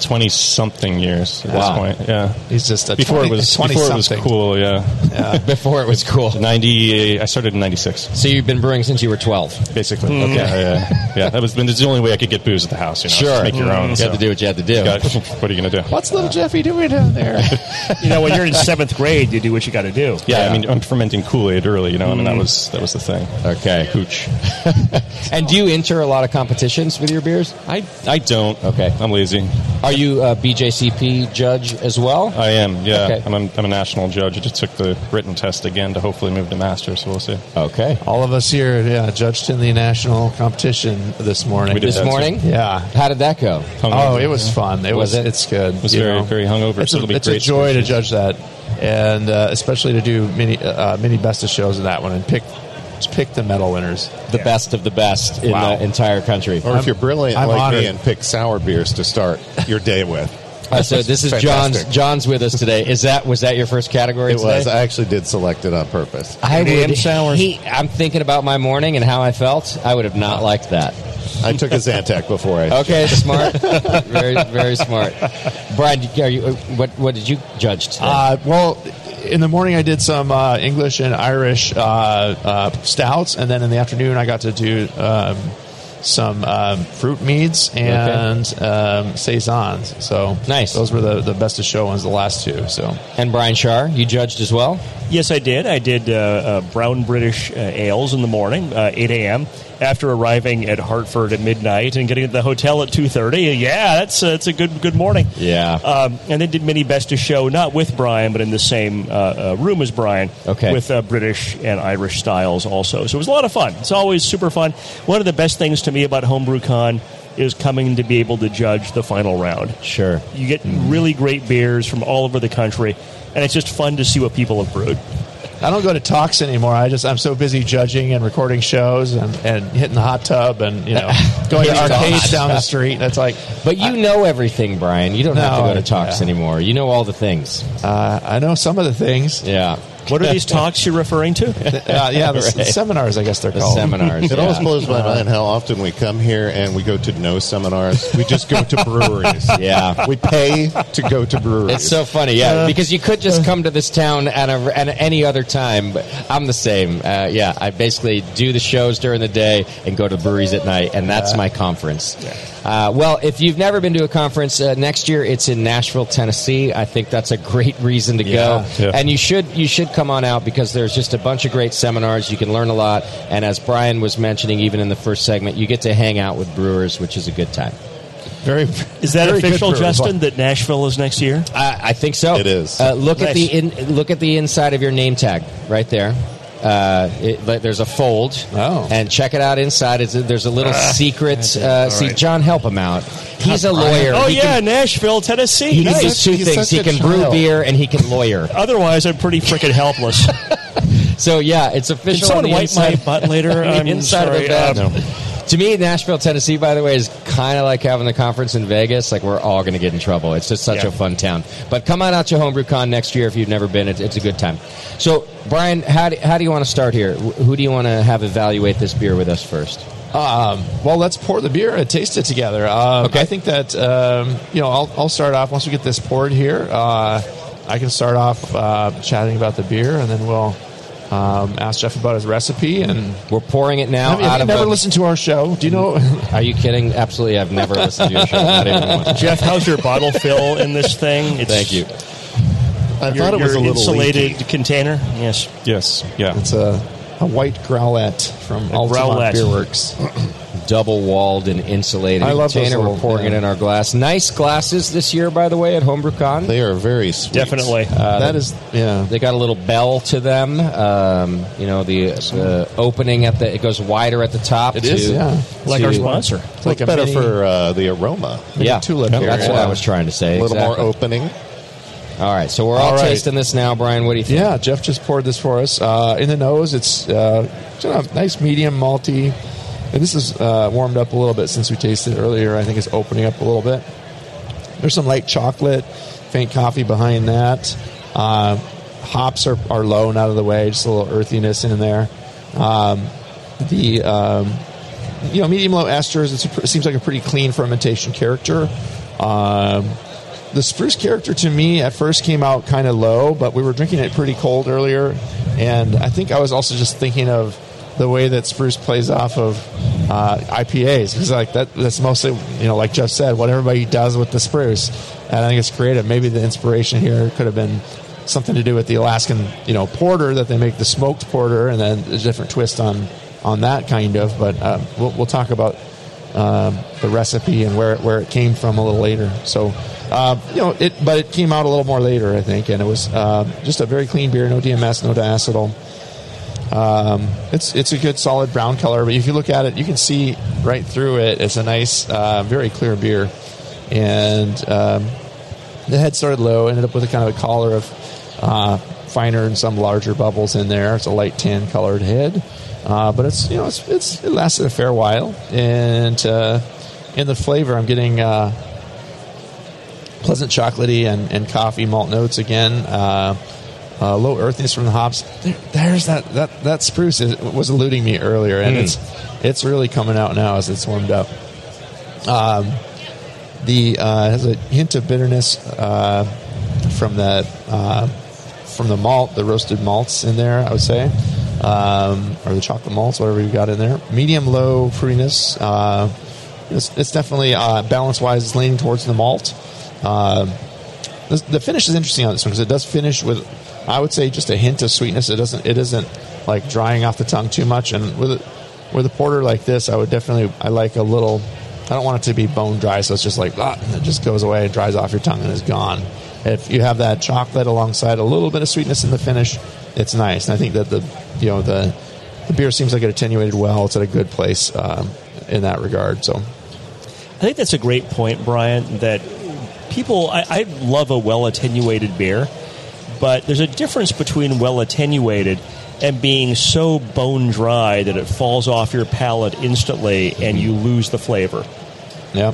Speaker 11: twenty something years at
Speaker 4: Wow.
Speaker 11: this point. Yeah,
Speaker 5: He's just a
Speaker 11: before
Speaker 5: 20
Speaker 11: it was
Speaker 5: 20
Speaker 11: before it was
Speaker 5: something.
Speaker 11: cool. Yeah,
Speaker 4: Before it was cool.
Speaker 11: ninety. I started in ninety six.
Speaker 4: So you've been brewing since you were 12.
Speaker 11: Basically, okay, yeah, yeah, yeah. That was that's the only way I could get booze at the house. You know,
Speaker 4: Sure. Mm.
Speaker 11: just make your own.
Speaker 4: You
Speaker 11: so.
Speaker 4: had to do what you had to do.
Speaker 11: Got- what are you gonna do?
Speaker 5: What's little Jeffy doing down there?
Speaker 10: You know, when you're in seventh grade, you do what you got to do.
Speaker 11: Yeah, I mean, I'm fermenting Kool Aid early. You know, I mean, that was that was the thing.
Speaker 4: Mm. Okay.
Speaker 11: Pooch.
Speaker 4: And do you enter a lot of competitions with your beers?
Speaker 11: I I don't.
Speaker 4: Okay.
Speaker 11: I'm lazy.
Speaker 4: Are you a BJCP judge as well?
Speaker 8: Uh,
Speaker 11: I am, yeah.
Speaker 4: Okay.
Speaker 11: I'm, a, I'm a national judge. I just took the written test again to hopefully move to master, so we'll see.
Speaker 4: Okay.
Speaker 5: All of us here, yeah, judged in the national competition this morning.
Speaker 11: We did
Speaker 4: This
Speaker 11: that.
Speaker 4: morning?
Speaker 5: Yeah.
Speaker 4: How did that go?
Speaker 5: Oh,
Speaker 11: Hungover.
Speaker 5: it was fun. It
Speaker 4: Was
Speaker 5: was.
Speaker 4: it?
Speaker 5: It's good. It
Speaker 11: was very, very hungover,
Speaker 5: It's, a,
Speaker 11: so it'll be
Speaker 5: it's a
Speaker 11: great
Speaker 5: joy to judge that, and uh, especially to do mini uh, mini best of shows of that one and pick just pick the medal winners.
Speaker 4: The best of the best in
Speaker 5: Wow.
Speaker 4: the entire country.
Speaker 6: Or if you're brilliant
Speaker 5: I'm
Speaker 6: like
Speaker 5: honored.
Speaker 6: me and pick sour beers to start your day with.
Speaker 4: Uh, so this is John's.
Speaker 6: Fantastic.
Speaker 4: John's with us today. Is that was that your first category?
Speaker 6: It was.
Speaker 4: today?
Speaker 6: I actually did select it on purpose.
Speaker 4: I
Speaker 10: Damn
Speaker 4: would.
Speaker 10: showers.
Speaker 4: He, I'm thinking about my morning and how I felt. I would have not liked that.
Speaker 6: I took a Zantac
Speaker 5: Oh,
Speaker 6: before I.
Speaker 4: Okay, smart. very, very smart. Brian, are you, uh, what what did you judge today?
Speaker 5: Uh, well, in the morning I did some uh, English and Irish uh, uh, stouts, and then in the afternoon I got to do um, some um, fruit meads and um, saisons. So
Speaker 4: Nice.
Speaker 5: Those were the, the best of show ones, the last two. So
Speaker 4: and Brian Shar, you judged as well.
Speaker 10: Yes, I did. I did uh, uh, brown British uh, ales in the morning, uh, 8 a.m. After arriving at Hartford at midnight and getting at the hotel at 2:30, yeah, that's uh, that's a good good morning.
Speaker 4: Yeah.
Speaker 10: Um, and then did mini best of show, not with Brian, but in the same uh, uh, room as Brian.
Speaker 4: Okay.
Speaker 10: With uh, British and Irish styles also, so it was a lot of fun. It's always super fun. One of the best things to me about HomebrewCon
Speaker 3: is coming to be able to judge the final round.
Speaker 5: Sure.
Speaker 3: You get
Speaker 4: Mm-hmm.
Speaker 3: really great beers from all over the country, and it's just fun to see what people have brewed.
Speaker 5: I don't go to talks anymore. I just I'm so busy judging and recording shows and, and hitting the hot tub and you know going to arcades down the street. That's like,
Speaker 4: but you know everything, Brian. You don't have to
Speaker 5: No,
Speaker 4: go to talks
Speaker 5: yeah.
Speaker 4: anymore. You know all the things.
Speaker 5: uh, I know some of the things.
Speaker 4: Yeah.
Speaker 3: What are these talks you're referring to?
Speaker 5: Uh, yeah, the s-
Speaker 4: Right.
Speaker 5: seminars. I guess they're
Speaker 4: The
Speaker 5: called
Speaker 4: seminars.
Speaker 6: It
Speaker 4: yeah.
Speaker 6: always blows my mind how often we come here and we go to no seminars. We just go to breweries.
Speaker 4: Yeah.
Speaker 6: We pay to go to breweries.
Speaker 4: It's so funny, yeah,
Speaker 8: Uh,
Speaker 4: because you could just come to this town at, a, at any other time. But I'm the same. Uh, yeah, I basically do the shows during the day and go to breweries at night, and that's my conference. Uh, well, if you've never been to a conference, uh, next year it's in Nashville, Tennessee. I think that's a great reason to go,
Speaker 8: Yeah.
Speaker 4: and you should you should come on out because there's just a bunch of great seminars. You can learn a lot, and as Brian was mentioning, even in the first segment, you get to hang out with brewers, which is a good time.
Speaker 5: Very.
Speaker 3: Is that
Speaker 5: very good
Speaker 3: official,
Speaker 5: breweries.
Speaker 3: Justin, that Nashville is next year?
Speaker 4: I, I think so.
Speaker 6: It is.
Speaker 4: Uh, look
Speaker 3: Nice.
Speaker 4: at the in, look at the inside of your name tag right there. Uh, it, but there's a fold.
Speaker 5: Oh.
Speaker 4: And check it out inside. It's, there's a little
Speaker 6: Ah.
Speaker 4: secret. Uh, see, John, help him out. He's a lawyer.
Speaker 3: Oh,
Speaker 4: He
Speaker 3: yeah,
Speaker 4: Can,
Speaker 3: Nashville, Tennessee.
Speaker 4: he
Speaker 3: Nice.
Speaker 4: can do
Speaker 6: such-
Speaker 4: two
Speaker 6: he's
Speaker 4: things.
Speaker 6: such
Speaker 4: He
Speaker 6: a
Speaker 4: can brew
Speaker 6: child.
Speaker 4: beer and he can lawyer.
Speaker 3: Otherwise, I'm pretty freaking helpless.
Speaker 4: So yeah, it's
Speaker 3: Can
Speaker 4: official. on
Speaker 3: someone
Speaker 4: the
Speaker 3: wipe my
Speaker 4: inside-
Speaker 3: butt later?
Speaker 4: on the
Speaker 3: I'm
Speaker 4: inside
Speaker 3: sorry.
Speaker 4: of the
Speaker 3: um,
Speaker 4: bed. To me, Nashville, Tennessee, by the way, is kind of like having the conference in Vegas. Like we're all going to get in trouble. It's just such
Speaker 3: Yeah.
Speaker 4: a fun town. But come on out to HomebrewCon next year if you've never been. It's, it's a good time. So, Brian, how do, how do you want to start here? Wh- Who do you want to have evaluate this beer with us first?
Speaker 5: Um, well, let's pour the beer and taste it together. Um, I think that um, you know I'll, I'll start off once we get this poured here. Uh, I can start off uh, chatting about the beer, and then we'll um, ask Jeff about his recipe. And
Speaker 4: We're pouring it now
Speaker 5: have you, have
Speaker 4: out
Speaker 5: you
Speaker 4: of. Mm-hmm.
Speaker 5: never
Speaker 4: a-
Speaker 5: listened to our show? Do you know?
Speaker 4: Are you kidding? Absolutely, I've never listened to your show. Not even once.
Speaker 3: Jeff, how's your bottle fill in this thing? It's
Speaker 4: Thank you.
Speaker 6: I
Speaker 3: Your,
Speaker 6: thought it was
Speaker 3: your
Speaker 6: a little
Speaker 3: insulated
Speaker 6: leaky.
Speaker 3: container. Yes.
Speaker 8: Yes. Yeah.
Speaker 5: It's a, a white growlette from
Speaker 3: growlette.
Speaker 5: Altamont Beer Works.
Speaker 4: double walled and insulated
Speaker 5: I love
Speaker 4: container.
Speaker 5: those
Speaker 4: We're
Speaker 5: little-
Speaker 4: pouring it
Speaker 5: yeah.
Speaker 4: in our glass. Nice glasses this year, by the way, at HomebrewCon.
Speaker 6: They are very sweet.
Speaker 3: Definitely.
Speaker 4: Uh,
Speaker 5: that is yeah.
Speaker 4: They got a little bell to them. Um, you know, the the opening at the it goes wider at the top. It
Speaker 5: is, yeah.
Speaker 3: like our sponsor.
Speaker 5: It's
Speaker 6: It's
Speaker 5: like a
Speaker 6: better
Speaker 5: mini-
Speaker 6: for uh, the aroma.
Speaker 4: Yeah,
Speaker 5: tulip here,
Speaker 4: That's what
Speaker 5: yeah.
Speaker 4: I was trying to say.
Speaker 6: A little
Speaker 4: exactly.
Speaker 6: more opening.
Speaker 4: All right, so we're all,
Speaker 5: All right.
Speaker 4: tasting this now, Brian. What do you think?
Speaker 5: Yeah, Jeff just poured this for us. Uh, in the nose, it's uh, kind of nice medium malty. And this is uh, warmed up a little bit since we tasted it earlier. I think it's opening up a little bit. There's some light chocolate, faint coffee behind that. Uh, hops are, are low and out of the way, just a little earthiness in there. Um, the um, you know medium low esters. It's a, pr- it seems like a pretty clean fermentation character. Um, the spruce character to me at first came out kind of low, but we were drinking it pretty cold earlier, and I think I was also just thinking of the way that spruce plays off of uh, IPAs. It's like that. That's mostly you know, like Jeff said, what everybody does with the spruce, and I think it's creative. Maybe the inspiration here could have been something to do with the Alaskan you know porter that they make the smoked porter, and then a different twist on on that kind of. But uh, we'll, we'll talk about um, the recipe and where it, where it came from a little later. So, uh, you know, it but it came out a little more later, I think, and it was uh, just a very clean beer, no DMS, no diacetyl. Um, it's it's a good solid brown color, but if you look at it, you can see right through it. It's a nice, uh, very clear beer, and um, the head started low, ended up with a kind of a collar of uh, finer and some larger bubbles in there. It's a light tan colored head, uh, but it's you know it's, it's it lasted a fair while, and uh, in the flavor, I'm getting. Uh, pleasant chocolatey and, and coffee malt notes again. Uh, uh, low earthiness from the hops. There, there's that that that spruce is, was eluding me earlier, and it's it's really coming out now as it's warmed up. Um, the uh, it has a hint of bitterness uh, from the uh, from the malt, the roasted malts in there. I would say, um, or the chocolate malts, whatever you got in there. Medium low fruitiness. Uh, it's, it's definitely uh, balance wise, it's leaning towards the malt. Um this, the finish is interesting on this one because it does finish with, I would say, just a hint of sweetness. It doesn't. It isn't like drying off the tongue too much. And with a, with a porter like this, I would definitely. I like a little. I don't want it to be bone dry, so it's just like ah, and it just goes away and dries off your tongue and is gone. If you have that chocolate alongside a little bit of sweetness in the finish, it's nice. And I think that the you know the the beer seems like it attenuated well. It's at a good place um, in that regard. So
Speaker 10: I think that's a great point, Brian. That people, I, I love a well attenuated beer, but there's a difference between well attenuated and being so bone dry that it falls off your palate instantly and you lose the flavor.
Speaker 5: Yeah.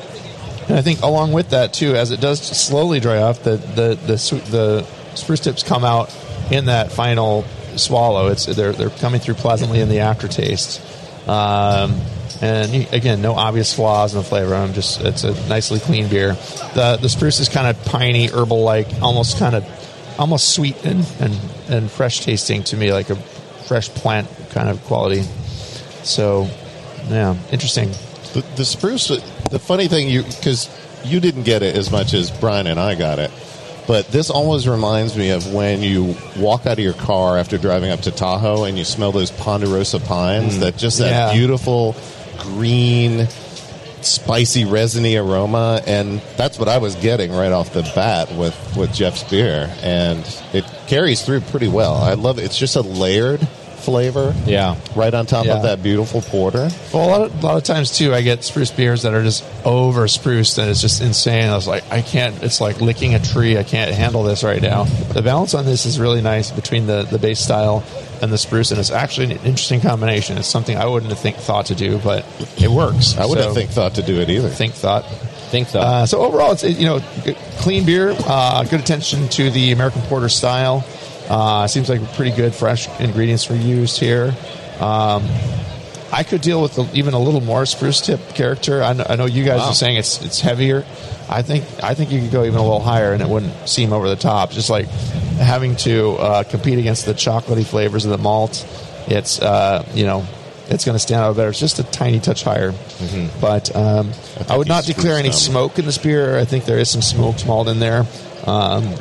Speaker 5: And I think along with that too, as it does slowly dry off, the the the, su- the spruce tips come out in that final swallow. It's they're they're coming through pleasantly in the aftertaste. Um, and you- again, no obvious flaws in the flavor. I'm just it's a nicely clean beer. The the spruce is kind of piney, herbal like, almost kind of almost sweet and, and and fresh tasting to me, like a fresh plant kind of quality. So, yeah, interesting.
Speaker 6: The, the spruce. The funny thing, you because you didn't get it as much as Brian and I got it, but this always reminds me of when you walk out of your car after driving up to Tahoe and you smell those ponderosa pines.
Speaker 5: Mm.
Speaker 6: That just that
Speaker 5: Yeah.
Speaker 6: beautiful green, spicy, resiny aroma, and that's what I was getting right off the bat with with Jeff's beer, and it carries through pretty well. I love it. It's just a layered flavor.
Speaker 5: Yeah.
Speaker 6: right on top
Speaker 5: Yeah.
Speaker 6: of that beautiful porter.
Speaker 5: Well, a lot, of, a lot of times too, I get spruce beers that are just over spruced, and it's just insane. I was like, I can't. It's like licking a tree. I can't handle this right now. The balance on this is really nice between the the base style and the spruce, and it's actually an interesting combination. It's something I wouldn't have think thought to do, but it works.
Speaker 6: I wouldn't have think
Speaker 5: thought
Speaker 6: to do it either.
Speaker 5: Think thought.
Speaker 4: Think thought.
Speaker 5: Uh, so overall, it's it- you know g- clean beer, uh, good attention to the American Porter style. Uh, seems like pretty good fresh ingredients were used here. Um, I could deal with the, even a little more spruce tip character. I know, I know you guys
Speaker 6: Wow.
Speaker 5: are saying it's it's heavier. I think I think you could go even a little higher and it wouldn't seem over the top. Just like having to uh, compete against the chocolatey flavors of the malt, it's uh, you know it's going to stand out better. It's just a tiny touch higher. But um, I, would not declare any smoke in this beer. I think there is some smoked malt in there. Um,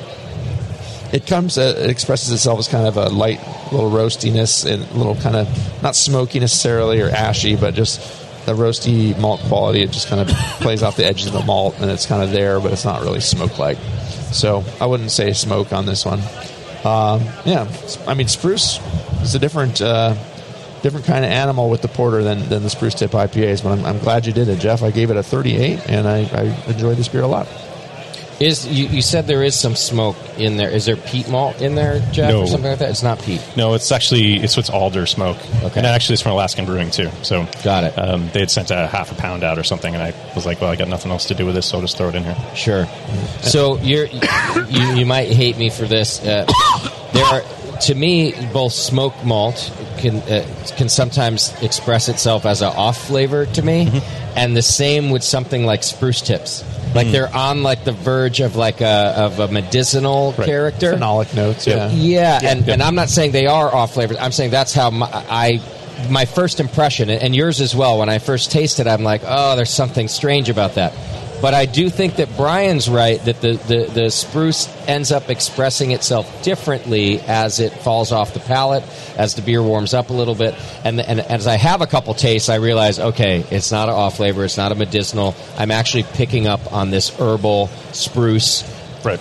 Speaker 5: it comes, uh, it expresses itself as kind of a light little roastiness and little kind of not smoky necessarily or ashy, but just the roasty malt quality. It just kind of plays off the edges of the malt and it's kind of there, but it's not really smoke like. So I wouldn't say smoke on this one. Um, yeah, I mean spruce is a different uh, different kind of animal with the porter than, than the spruce tip IPAs. But I'm, I'm glad you did it, Jeff. I gave it a 38, and I, I enjoy this beer a lot.
Speaker 4: Is you, you said there is some smoke in there? Is there peat malt in there, Jeff,
Speaker 11: No.
Speaker 4: or something like that? It's not peat.
Speaker 11: No, it's actually it's it's alder smoke. Okay. And actually, it's from Alaskan Brewing too. So
Speaker 4: got it.
Speaker 11: Um, they had sent a half a pound out or something, and I was like, well, I got nothing else to do with this, so I'll just throw it in here.
Speaker 4: Sure. So you're you, you might hate me for this. Uh, there are to me both smoke malt can uh, can sometimes express itself as an off flavor to me, and the same with something like spruce tips. Like
Speaker 5: Mm-hmm. Mm.
Speaker 4: they're on like the verge of like a of a medicinal
Speaker 5: Right.
Speaker 4: character
Speaker 5: Phenolic notes, yeah.
Speaker 4: yeah,
Speaker 5: Yeah.
Speaker 4: and, and I'm not saying they are off flavored. I'm saying that's how my, I my first impression and- and yours as well. When I first tasted, I'm like, oh, there's something strange about that. But I do think that Brian's right that the, the, the spruce ends up expressing itself differently as it falls off the palate, as the beer warms up a little bit. And, and as I have a couple tastes, I realize, okay, it's not an off flavor, it's not a medicinal. I'm actually picking up on this herbal spruce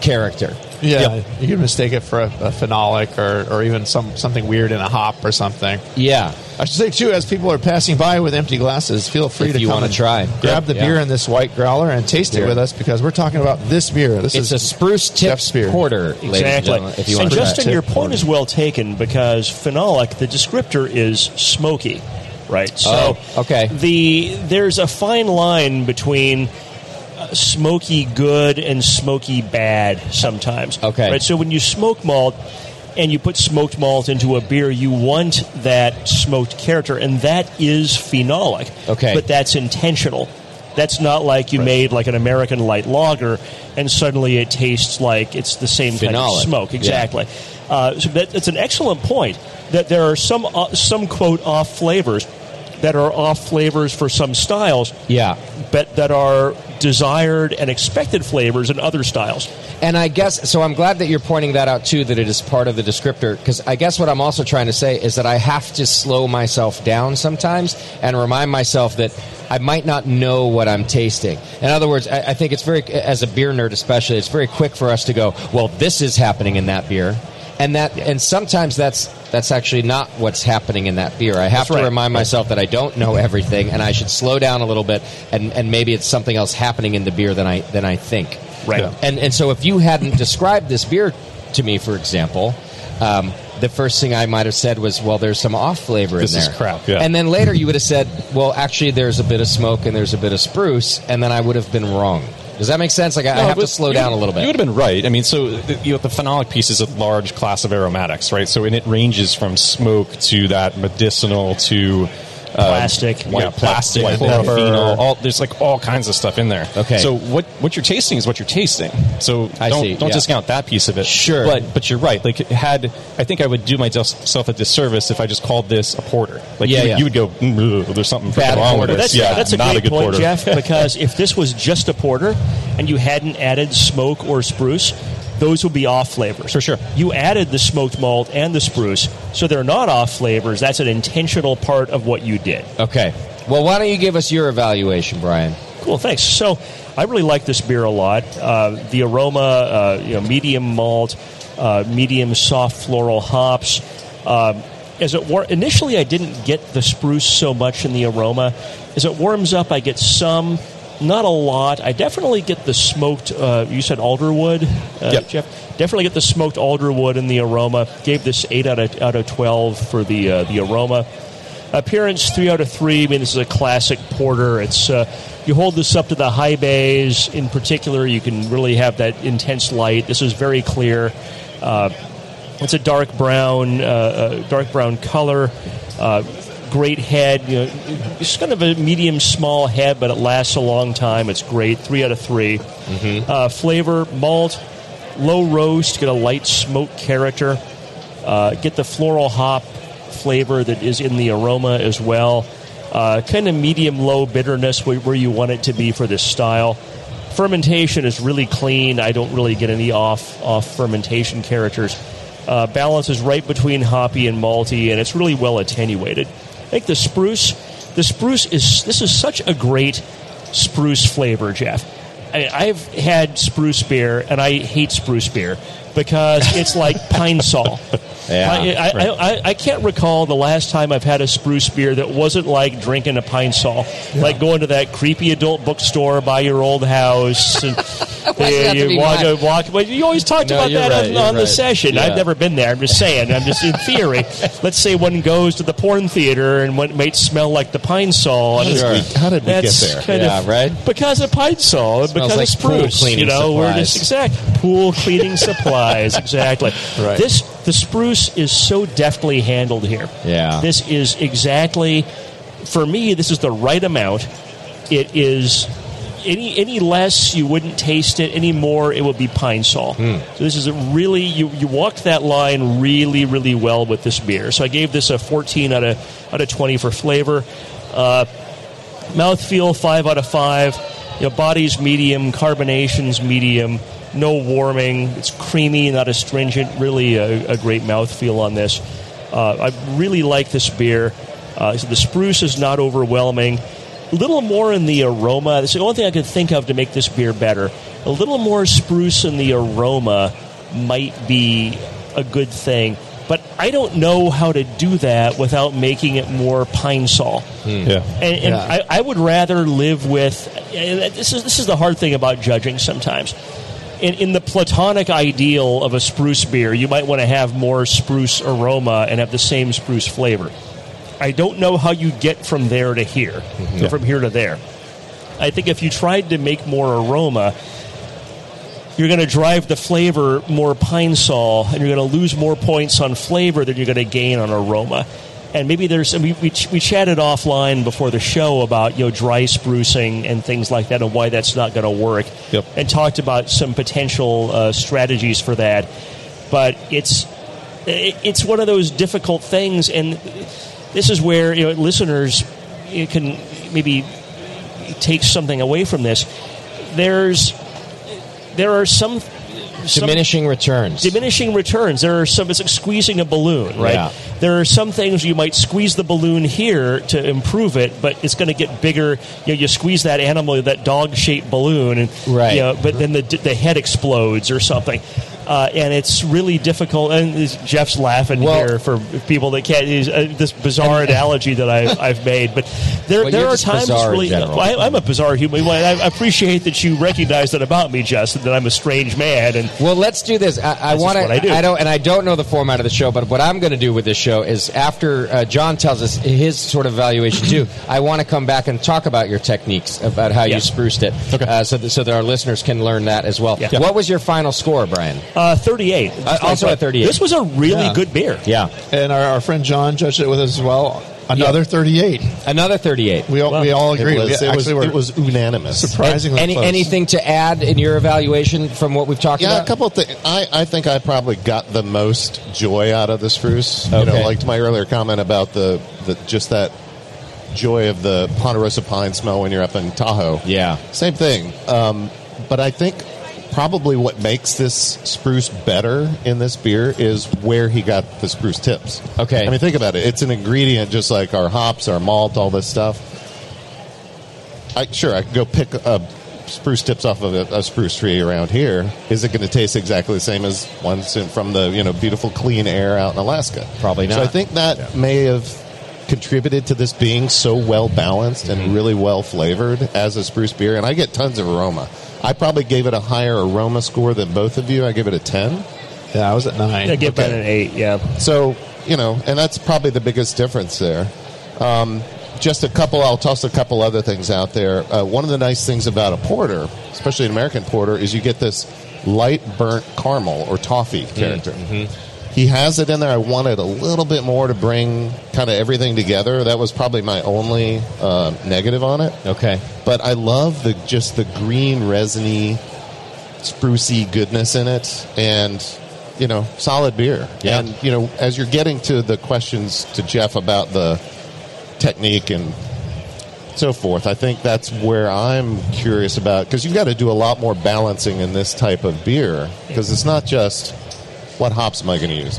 Speaker 4: character.
Speaker 5: Yeah, you could mistake it for a, a phenolic or, or even some something weird in a hop or something.
Speaker 4: Yeah,
Speaker 5: I should say too, as people are passing by with empty glasses, feel free
Speaker 4: If
Speaker 5: to
Speaker 4: you
Speaker 5: come
Speaker 4: wanna
Speaker 5: and
Speaker 4: try.
Speaker 5: grab the
Speaker 4: Yeah.
Speaker 5: beer in this white growler and taste it
Speaker 4: Here.
Speaker 5: with us because we're talking about this beer. This
Speaker 4: It's
Speaker 5: is
Speaker 4: a spruce tip
Speaker 5: Jeff's beer.
Speaker 4: porter, ladies and
Speaker 10: Exactly.
Speaker 4: gentlemen, if you
Speaker 10: and
Speaker 4: want to try
Speaker 10: Justin,
Speaker 4: it.
Speaker 10: your point is well taken because phenolic, the descriptor is smoky, right?
Speaker 4: Oh,
Speaker 10: So
Speaker 4: okay.
Speaker 10: The there's a fine line between uh, smoky good and smoky bad sometimes. Okay. Right. So when you smoke malt and you put smoked malt into a beer, you want that smoked character, and that is phenolic.
Speaker 4: Okay.
Speaker 10: But that's intentional. That's not like you made like an American light lager, and suddenly it tastes like it's the same same type of
Speaker 4: Phenolic.
Speaker 10: smoke.
Speaker 4: Yeah.
Speaker 10: Exactly. Uh, so that, it's an excellent point that there are some uh, some quote off flavors that are off flavors for some styles.
Speaker 4: Yeah.
Speaker 10: But that are desired and expected flavors in other styles.
Speaker 4: And I guess so. I'm glad that you're pointing that out too. That it is part of the descriptor. Because I guess what I'm also trying to say is that I have to slow myself down sometimes and remind myself that I might not know what I'm tasting. In other words, I, I think it's very, as a beer nerd especially, it's very quick for us to go, "Well, this is happening in that beer," and that and sometimes that's that's actually not what's happening in that beer. I have
Speaker 11: That's
Speaker 4: to
Speaker 11: right.
Speaker 4: remind myself that I don't know everything, and I should slow down a little bit, and, and maybe it's something else happening in the beer than I than I think.
Speaker 11: Right. Yeah.
Speaker 4: And and so if you hadn't described this beer to me, for example. Um, the first thing I might have said was, "Well, there's some off flavor
Speaker 11: This
Speaker 4: in
Speaker 11: is
Speaker 4: there."
Speaker 11: crap, yeah.
Speaker 4: And then later you would have said, "Well, actually, there's a bit of smoke and there's a bit of spruce," and then I would have been wrong. Does that make sense? Like I, I
Speaker 11: No,
Speaker 4: have
Speaker 11: but
Speaker 4: to slow
Speaker 11: you-
Speaker 4: down a little bit.
Speaker 11: You would have been right. I mean, so the, you know, the phenolic piece is a large class of aromatics, right? So, and it ranges from smoke to that medicinal to uh,
Speaker 10: Plastic.
Speaker 11: white
Speaker 10: Yeah,
Speaker 11: plastic,
Speaker 10: white
Speaker 11: chloroform,
Speaker 10: pepper.
Speaker 11: All, there's like all kinds of stuff in there.
Speaker 10: Okay.
Speaker 11: So what what you're tasting is what you're tasting. So
Speaker 10: I
Speaker 11: don't
Speaker 10: see,
Speaker 11: don't
Speaker 10: yeah.
Speaker 11: discount that piece of it. Sure. But but you're right. Like had I think I would do myself a disservice if I just called this a porter. Like
Speaker 10: Yeah,
Speaker 11: you, would-
Speaker 10: yeah.
Speaker 11: you would go, "Mm, ugh, there's something
Speaker 10: Bad
Speaker 11: freaking wrong with
Speaker 10: porter.
Speaker 11: this.
Speaker 10: That's,
Speaker 11: yeah,
Speaker 10: that's a
Speaker 11: not
Speaker 10: great
Speaker 11: a good
Speaker 10: point,
Speaker 11: porter.
Speaker 10: Jeff, because if this was just a porter and you hadn't added smoke or spruce, those would be off flavors. For sure. You added the smoked malt and the spruce, so they're not off flavors. That's an intentional part of what you did.
Speaker 4: Okay. Well, why don't you give us your evaluation, Brian?
Speaker 10: Cool, thanks. So, I really like this beer a lot. Uh, the aroma, uh, you know, medium malt, uh, medium soft floral hops. Um, as it war- initially, I didn't get the spruce so much in the aroma. As it warms up, I get some, not a lot. I definitely get the smoked. Uh, you said alderwood, uh, Jeff. Definitely get the smoked alderwood in the aroma. Gave this eight out of out of twelve for the uh, the aroma. Appearance three out of three. I mean, this is a classic porter. It's uh, you hold this up to the high bays in particular. You can really have that intense light. This is very clear. Uh, it's a dark brown, uh, uh, dark brown color. Uh, great head. You know, it's kind of a medium small head, but it lasts a long time. It's great. Three out of 3 Uh, flavor malt, low roast. Get a light smoke character. Uh, get the floral hop flavor that is in the aroma as well. Uh, kind of medium low bitterness where, where you want it to be for this style. Fermentation is really clean. I don't really get any off off fermentation characters. Uh, balance is right between hoppy and malty, and it's really well attenuated. I think the spruce, the spruce is this is such a great spruce flavor, Jeff. I mean, I've had spruce beer, and I hate spruce beer because it's like pine saw.
Speaker 12: Yeah,
Speaker 10: I, I,
Speaker 12: right.
Speaker 10: I, I can't recall the last time I've had a spruce beer that wasn't like drinking a pine saw, like going to that creepy adult bookstore by your old house. And
Speaker 12: that to
Speaker 10: you
Speaker 12: be
Speaker 10: walk,
Speaker 12: mine?
Speaker 10: walk. But you always talked
Speaker 12: No,
Speaker 10: about
Speaker 12: you're
Speaker 10: that
Speaker 12: right,
Speaker 10: on,
Speaker 12: you're
Speaker 10: on the
Speaker 12: right.
Speaker 10: session.
Speaker 12: Yeah.
Speaker 10: I've never been there. I'm just saying. I'm just in theory. Let's say one goes to the porn theater and one might smell like the pine saw.
Speaker 6: How
Speaker 10: and
Speaker 6: did
Speaker 10: it's-
Speaker 6: we- how did we get
Speaker 10: that's
Speaker 6: there?
Speaker 10: kind
Speaker 6: Yeah,
Speaker 10: of-
Speaker 6: right?
Speaker 10: Because of pine saw,
Speaker 6: Smells
Speaker 10: because
Speaker 6: like
Speaker 10: of spruce.
Speaker 6: pool cleaning
Speaker 10: You know, we're
Speaker 6: supplies.
Speaker 10: just exact pool cleaning supplies. Exactly.
Speaker 6: Right.
Speaker 10: This the spruce is so deftly handled here.
Speaker 4: Yeah.
Speaker 10: This is exactly for me. This is the right amount. It is any any less you wouldn't taste it. Any more it would be pine saw.
Speaker 6: Hmm.
Speaker 10: So this is a really you you walked that line really really well with this beer. So I gave this a 14 out of out of 20 for flavor. Uh, mouthfeel five out of five. You know, body's medium, carbonation's medium. No warming. It's creamy, not astringent. Really a, a great mouthfeel on this. Uh, I really like this beer. Uh, so the spruce is not overwhelming. A little more in the aroma. That's the only thing I could think of to make this beer better. A little more spruce in the aroma might be a good thing. But I don't know how to do that without making it more pine saw.
Speaker 11: Yeah.
Speaker 10: And, and
Speaker 11: Yeah.
Speaker 10: I, I would rather live with and this is this is the hard thing about judging sometimes. In, in the platonic ideal of a spruce beer, you might want to have more spruce aroma and have the same spruce flavor. I don't know how you get from there to here,
Speaker 11: Yeah.
Speaker 10: or from here to there. I think if you tried to make more aroma, you're going to drive the flavor more pine saw, and you're going to lose more points on flavor than you're going to gain on aroma. And maybe there's and we, we ch- we chatted offline before the show about you know dry sprucing and things like that and why that's not going to work. Yep. And talked about some potential uh, strategies for that, but it's i- it's one of those difficult things, and this is where you know listeners you can maybe take something away from this. There's there are some, some
Speaker 4: Diminishing returns.
Speaker 10: diminishing returns. There are some. It's like squeezing a balloon, right?
Speaker 4: Yeah.
Speaker 10: There are some things you might squeeze the balloon here to improve it, but it's going to get bigger. You, know, you squeeze that animal, that dog shaped balloon, and,
Speaker 4: Right.
Speaker 10: you know, but then the, the head explodes or something. Uh, and it's really difficult. And this- Jeff's laughing here for people that can't use uh, this bizarre analogy that I've, I've made. But there,
Speaker 4: Well,
Speaker 10: there
Speaker 4: you're
Speaker 10: are
Speaker 4: just
Speaker 10: times
Speaker 4: bizarre in
Speaker 10: really.
Speaker 4: general.
Speaker 10: I, I'm a bizarre human. Well, I appreciate that you recognize that about me, Justin, that I'm a strange man. And
Speaker 4: well, let's do this. I
Speaker 10: That's
Speaker 4: want
Speaker 10: just what I do.
Speaker 4: to. don't, and I don't know the format of the show, but what I'm going to do with this show is after uh, John tells us his sort of valuation too, I want to come back and talk about your techniques about how you spruced it, uh, so that, so that our listeners can learn that as well.
Speaker 10: Yeah.
Speaker 4: What was your final score, Brian?
Speaker 10: Uh, 38.
Speaker 4: Uh, also at 38.
Speaker 10: This was a really good beer.
Speaker 4: Yeah.
Speaker 5: And our, our friend John judged it with us as well. Another 38.
Speaker 4: Another 38.
Speaker 5: We all, we all agree.
Speaker 6: It
Speaker 5: we
Speaker 6: was, it was,
Speaker 5: actually were
Speaker 6: it was unanimous.
Speaker 5: surprisingly
Speaker 4: Any,
Speaker 5: close.
Speaker 4: anything to add in your evaluation from what we've talked
Speaker 6: Yeah,
Speaker 4: about?
Speaker 6: a couple of things. I, I think I probably got the most joy out of this spruce. You know,
Speaker 4: Okay.
Speaker 6: like to my earlier comment about the, the just that joy of the ponderosa pine smell when you're up in Tahoe.
Speaker 4: Yeah.
Speaker 6: Same thing. Um, but I think probably what makes this spruce better in this beer is where he got the spruce tips.
Speaker 4: Okay.
Speaker 6: I mean, think about it. It's an ingredient just like our hops, our malt, all this stuff. I, sure, I could go pick uh, spruce tips off of a, a spruce tree around here. Is it going to taste exactly the same as ones in, from the you know beautiful clean air out in Alaska?
Speaker 4: Probably
Speaker 6: So
Speaker 4: not.
Speaker 6: I think that may have contributed to this being so well balanced
Speaker 4: Mm-hmm.
Speaker 6: and really well flavored as a spruce beer. And I get tons of aroma. I probably gave it a higher aroma score than both of you. I give it a ten.
Speaker 5: Yeah, I was at nine.
Speaker 10: I give that an 8, yeah.
Speaker 6: So you know, and that's probably the biggest difference there. Um, just a couple. I'll toss a couple other things out there. Uh, one of the nice things about a porter, especially an American porter, is you get this light burnt caramel or toffee character. He has it in there. I wanted a little bit more to bring kind of everything together. That was probably my only uh, negative on it.
Speaker 4: Okay.
Speaker 6: But I love the just the green resiny sprucey goodness in it and you know solid beer
Speaker 4: Yeah.
Speaker 6: and you know as you're getting to the questions to jeff about the technique and so forth i think that's where i'm curious about because you've got to do a lot more balancing in this type of beer because it's not just what hops am i going to use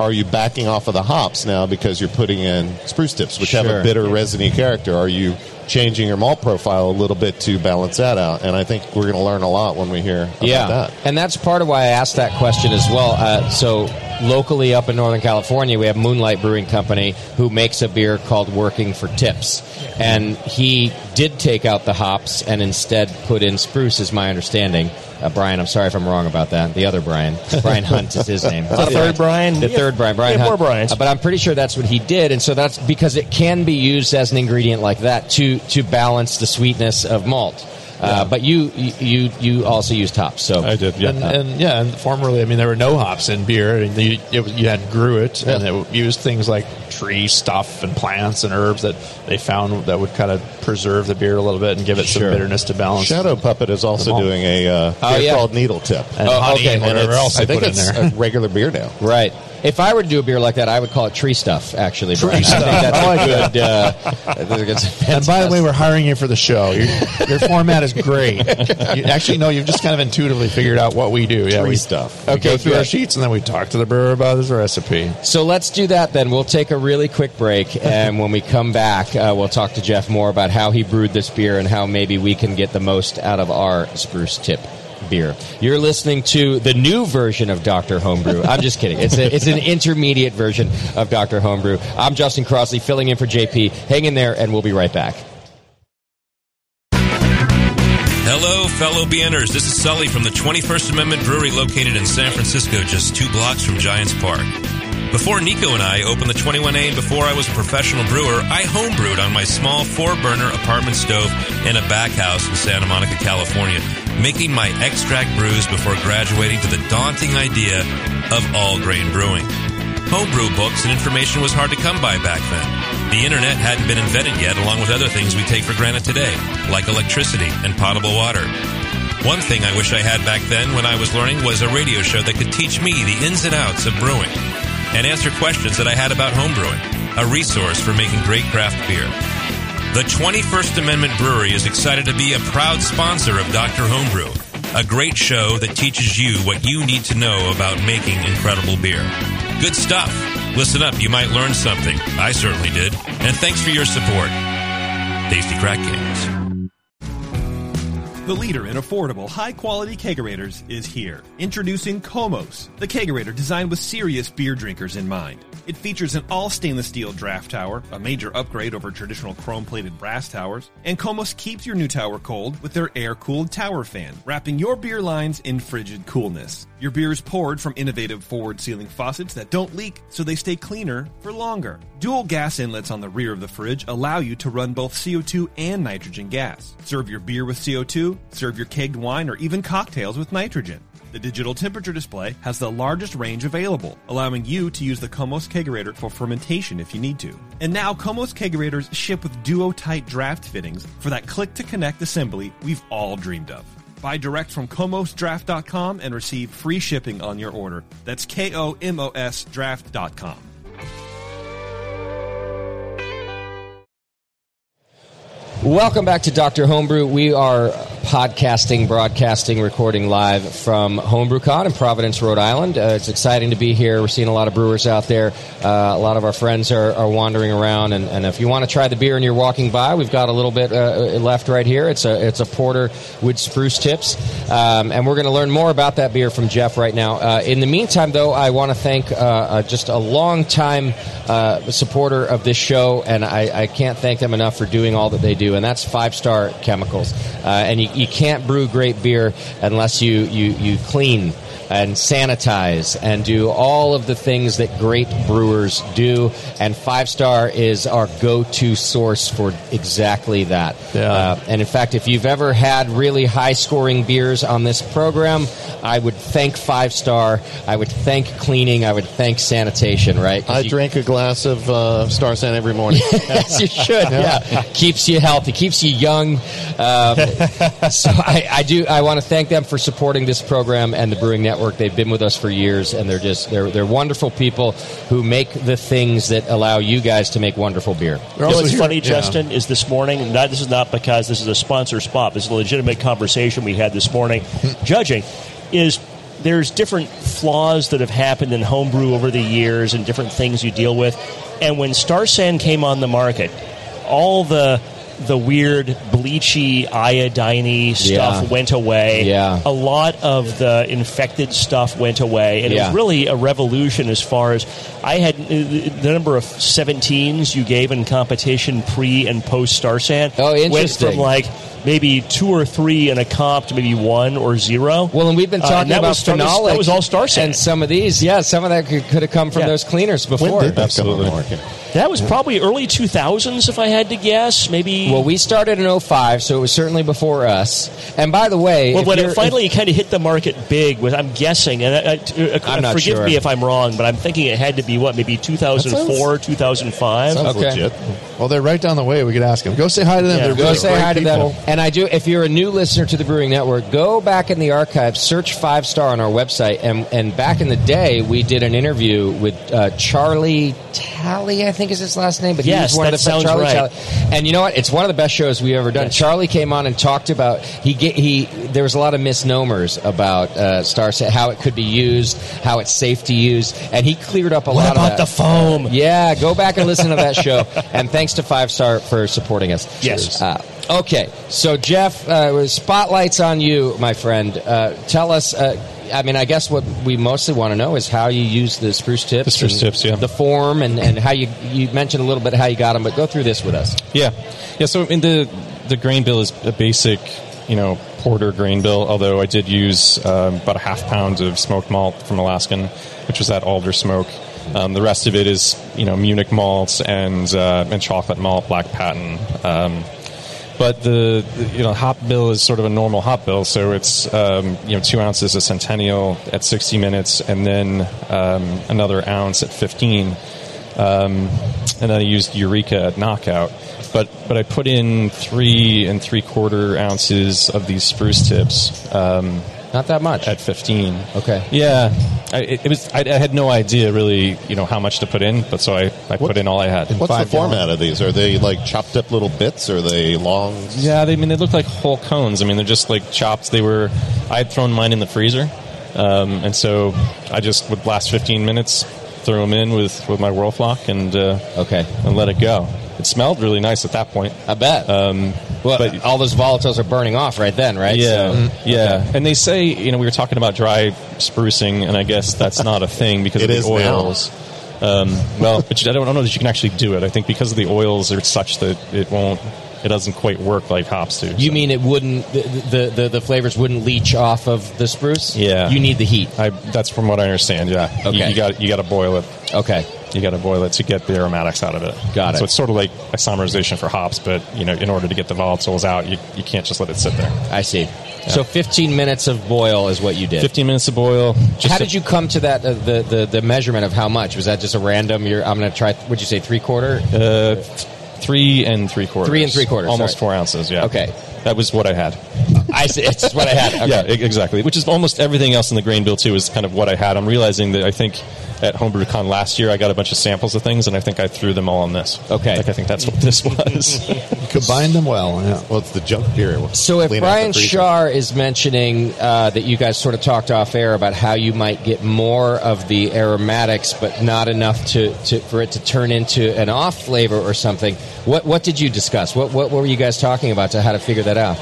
Speaker 6: are you backing off of the hops now because you're putting in spruce tips which have
Speaker 4: Sure.
Speaker 6: a bitter resiny character are you changing your malt profile a little bit to balance that out and i think we're going to learn a lot when we hear about
Speaker 4: yeah,
Speaker 6: that
Speaker 4: and that's part of why I asked that question as well. Uh, so locally up in Northern California, we have Moonlight Brewing Company who makes a beer called Working for Tips, and he did take out the hops and instead put in spruce, is my understanding. Uh, Brian, I'm sorry if I'm wrong about that. The other Brian, Brian Hunt is his name.
Speaker 10: The third Brian?
Speaker 4: the
Speaker 10: Yeah.
Speaker 4: third Brian, Brian
Speaker 10: Yeah,
Speaker 4: Hunt.
Speaker 10: more Brians.
Speaker 4: Uh, but I'm pretty sure that's what he did, and so that's because it can be used as an ingredient like that to to balance the sweetness of malt. Uh, but you you you also used hops, so
Speaker 11: I did, yeah.
Speaker 5: And, and yeah, and formerly, I mean, there were no hops in beer, and you, it, was- you had grew it, and it used things like tree stuff and plants and herbs that they found that would kind of preserve the beer a little bit and give it
Speaker 6: Sure.
Speaker 5: some bitterness to balance.
Speaker 6: Shadow Puppet is
Speaker 5: Them
Speaker 6: also
Speaker 5: all.
Speaker 6: doing a uh,
Speaker 4: Oh,
Speaker 6: beer
Speaker 4: yeah.
Speaker 6: called Needle Tip.
Speaker 5: And Oh, honey okay. and whatever
Speaker 6: it's-
Speaker 5: else they
Speaker 6: I think
Speaker 5: put in
Speaker 6: it's
Speaker 5: there.
Speaker 6: a regular beer now.
Speaker 4: Right. If I were to do a beer like that, I would call it tree stuff. Actually, tree
Speaker 5: stuff.
Speaker 4: I think that's
Speaker 5: I
Speaker 4: a
Speaker 5: like
Speaker 4: good. Uh, I think that's a
Speaker 5: And by the way,
Speaker 4: fantastic-
Speaker 5: we're hiring you for the show. Your, your format is great. You, actually, no, you've just kind of intuitively figured out what we do. Yeah,
Speaker 6: Tree
Speaker 5: we
Speaker 6: stuff.
Speaker 5: We
Speaker 4: Okay,
Speaker 5: go through
Speaker 4: good.
Speaker 5: our sheets, and then we talk to the brewer about his recipe.
Speaker 4: so let's do that then. We'll take a really quick break, and when we come back, uh, we'll talk to Jeff more about how he brewed this beer and how maybe we can get the most out of our spruce tip beer. You're listening to the new version of Doctor Homebrew. I'm just kidding. It's a, it's an intermediate version of Doctor Homebrew. I'm Justin Crossley, filling in for JP. Hang in there, and we'll be right back.
Speaker 12: Hello, fellow BNers. This is Sully from the 21st Amendment Brewery located in San Francisco, just two blocks from Giants Park. Before Nico and I opened the 21A and before I was a professional brewer, I homebrewed on my small four burner apartment stove in a back house in Santa Monica, California, making my extract brews before graduating to the daunting idea of all grain brewing. Homebrew books and information was hard to come by back then. The internet hadn't been invented yet, along with other things we take for granted today, like electricity and potable water. One thing I wish I had back then when I was learning was a radio show that could teach me the ins and outs of brewing and answer questions that I had about homebrewing, a resource for making great craft beer. The 21st Amendment Brewery is excited to be a proud sponsor of Dr. Homebrew, a great show that teaches you what you need to know about making incredible beer. Good stuff. Listen up, you might learn something. I certainly did. And thanks for your support. Tasty Crack Games.
Speaker 13: The leader in affordable, high quality kegerators is here. Introducing Komos, the kegerator designed with serious beer drinkers in mind. It features an all stainless steel draft tower, a major upgrade over traditional chrome plated brass towers, and Komos keeps your new tower cold with their air cooled tower fan, wrapping your beer lines in frigid coolness. Your beer is poured from innovative forward sealing faucets that don't leak, so they stay cleaner for longer. Dual gas inlets on the rear of the fridge allow you to run both CO2 and nitrogen gas. Serve your beer with CO2, serve your kegged wine or even cocktails with nitrogen. The digital temperature display has the largest range available, allowing you to use the Comos Kegerator for fermentation if you need to. And now Comos Kegerators ship with duo tight draft fittings for that click to connect assembly we've all dreamed of. Buy direct from comosdraft.com and receive free shipping on your order. That's K O M O S draft.com.
Speaker 4: Welcome back to Dr. Homebrew. We are podcasting, broadcasting, recording live from HomebrewCon in Providence, Rhode Island. Uh, it's exciting to be here. We're seeing a lot of brewers out there. Uh, a lot of our friends are, are wandering around, and, and if you want to try the beer and you're walking by, we've got a little bit uh, left right here. It's a it's a porter with spruce tips, um, and we're going to learn more about that beer from Jeff right now. Uh, in the meantime, though, I want to thank uh, just a long time supporter of this show, and I, I can't thank them enough for doing all that they do and that's five star chemicals. Uh, and you, you, can't brew great beer unless you, you, you clean and sanitize and do all of the things that great brewers do. And Five Star is our go to source for exactly that. Yeah. Uh, and in fact, if you've ever had really high scoring beers on this program, I would thank Five Star. I would thank cleaning. I would thank sanitation, right?
Speaker 6: I
Speaker 4: you,
Speaker 6: drink a glass of uh, Star San every morning.
Speaker 4: yes, you should. Yeah. yeah. Keeps you healthy, keeps you young. Um, so I, I do, I want to thank them for supporting this program and the Brewing Network. They've been with us for years, and they're just they're they're wonderful people who make the things that allow you guys to make wonderful beer.
Speaker 10: You know what's funny, Justin, yeah. is this morning. Not, this is not because this is a sponsor spot. This is a legitimate conversation we had this morning.
Speaker 4: Hmm.
Speaker 10: judging is there's different flaws that have happened in homebrew over the years, and different things you deal with. And when Star Sand came on the market, all the the weird bleachy iodiney stuff yeah. went away.
Speaker 4: Yeah.
Speaker 10: A lot of the infected stuff went away. And yeah. it was really a revolution as far as I had uh, the number of 17s you gave in competition pre and post Star Sand.
Speaker 4: Oh, interesting.
Speaker 10: Went from like maybe two or three in a comp to maybe one or zero.
Speaker 4: Well, and we've been talking uh, about
Speaker 10: was, phenolic. That was all Star Sand.
Speaker 4: And some of these, yeah, some of that could, could have come from yeah. those cleaners before.
Speaker 6: When did that come on the market?
Speaker 10: That was probably early 2000s, if I had to guess. Maybe.
Speaker 4: Well, we started in 05, so it was certainly before us. And by the way,
Speaker 10: well, when it finally if, kind of hit the market big, with I'm guessing, and I, I, I forgive sure. me if I'm wrong, but I'm thinking it had to be what maybe 2004, sounds, 2005.
Speaker 5: Sounds okay. legit. Well, they're right down the way. We could ask them. Go say hi to them. Yeah,
Speaker 4: go really say hi people. to them. And I do. If you're a new listener to the Brewing Network, go back in the archives, search Five Star on our website, and and back in the day, we did an interview with uh, Charlie Talley, I think is his last name, but
Speaker 10: yes,
Speaker 4: he was one
Speaker 10: that
Speaker 4: of the
Speaker 10: sounds
Speaker 4: Charlie
Speaker 10: right.
Speaker 4: Talley. And you know what? It's one of the best shows we've ever done. Yes. Charlie came on and talked about he get, he. There was a lot of misnomers about uh, Star Set, how it could be used, how it's safe to use, and he cleared up a
Speaker 10: what
Speaker 4: lot
Speaker 10: about
Speaker 4: of
Speaker 10: the foam.
Speaker 4: Yeah, go back and listen to that show. And thanks to Five Star for supporting us.
Speaker 10: Yes.
Speaker 4: Uh, okay, so Jeff, uh, spotlights on you, my friend. Uh, tell us. I mean, I guess what we mostly want to know is how you use the spruce tips,
Speaker 11: the spruce tips, yeah,
Speaker 4: the form, and, and how you you mentioned a little bit how you got them, but go through this with us.
Speaker 11: Yeah, yeah. So in the the grain bill is a basic, you know, porter grain bill. Although I did use um, about a half pound of smoked malt from Alaskan, which was that alder smoke. Um, the rest of it is you know Munich malts and uh, and chocolate malt, black patent. Um, but the, the, you know hop bill is sort of a normal hop bill, so it's um, you know two ounces of Centennial at 60 minutes, and then um, another ounce at 15, and then I used Eureka at knockout. But but I put in three and three quarter ounces of these spruce tips.
Speaker 4: Not that much
Speaker 11: at 15.
Speaker 4: Okay.
Speaker 11: Yeah, I, it, was. I, I, had no idea really, you know, how much to put in, but so I, I put in all I had.
Speaker 6: What's the format gallon? of these? Are they like chopped up little bits? Are they long?
Speaker 11: Yeah, they, I mean they look like whole cones. I mean they're just like chopped. They were. I had thrown mine in the freezer, um, and so I just would last 15 minutes. throw them in with, with my Whirlflock and uh,
Speaker 4: okay
Speaker 11: and let it go. It smelled really nice at that point.
Speaker 4: I bet.
Speaker 11: Um,
Speaker 4: well, but all those volatiles are burning off right then, right?
Speaker 11: Yeah, so, yeah. Okay. And they say you know we were talking about dry sprucing, and I guess that's not a thing because
Speaker 6: It
Speaker 11: of the
Speaker 6: is now.
Speaker 11: oils. Um, well, but you, I don't know that you can actually do it. I think because of the oils are such that it won't, it doesn't quite work like hops do.
Speaker 4: You mean it wouldn't the, the the the flavors wouldn't leach off of the spruce?
Speaker 11: Yeah,
Speaker 4: You need the heat.
Speaker 11: I, that's from what I understand. Yeah.
Speaker 4: Okay.
Speaker 11: You, you got you got to boil it.
Speaker 4: Okay.
Speaker 11: You got to boil it to get the aromatics out of it.
Speaker 4: Got it.
Speaker 11: So it's sort of like a summarization for hops, but you know, in order to get the volatiles out, you, you can't just let it sit there.
Speaker 4: I see. So 15 minutes of boil is what you did.
Speaker 11: 15 minutes of boil.
Speaker 4: how did you come to that? Uh, the, the the measurement of how much was that? Just a random. You're, I'm going to try. Would you say three quarter?
Speaker 11: Uh, three and three quarters.
Speaker 4: Three and three quarters.
Speaker 11: Almost
Speaker 4: sorry.
Speaker 11: four ounces. Yeah. Okay. That was what I had.
Speaker 4: I see. It's what I had. Okay.
Speaker 11: Yeah, e- exactly. Which is almost everything else in the grain bill too is kind of what I had. I'm realizing that I think at HomebrewCon last year I got a bunch of samples of things, and I think I threw them all on this. Okay. Like I think that's what this was.
Speaker 5: Combine them well. Yeah.
Speaker 6: Well, it's the junk beer.
Speaker 4: So if Brian Shar is mentioning uh, that you guys sort of talked off air about how you might get more of the aromatics, but not enough to, to for it to turn into an off flavor or something, what what did you discuss? What what were you guys talking about to how to figure that out?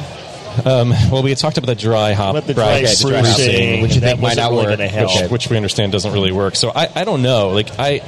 Speaker 11: Um, well, we had talked about the dry hop,
Speaker 4: Let the dry
Speaker 11: bracket
Speaker 4: spruce
Speaker 11: sprucing,
Speaker 4: sing, Which you and think that might wasn't not really work. gonna help.
Speaker 11: Which, which we understand doesn't really work. So I, I don't know. Like I,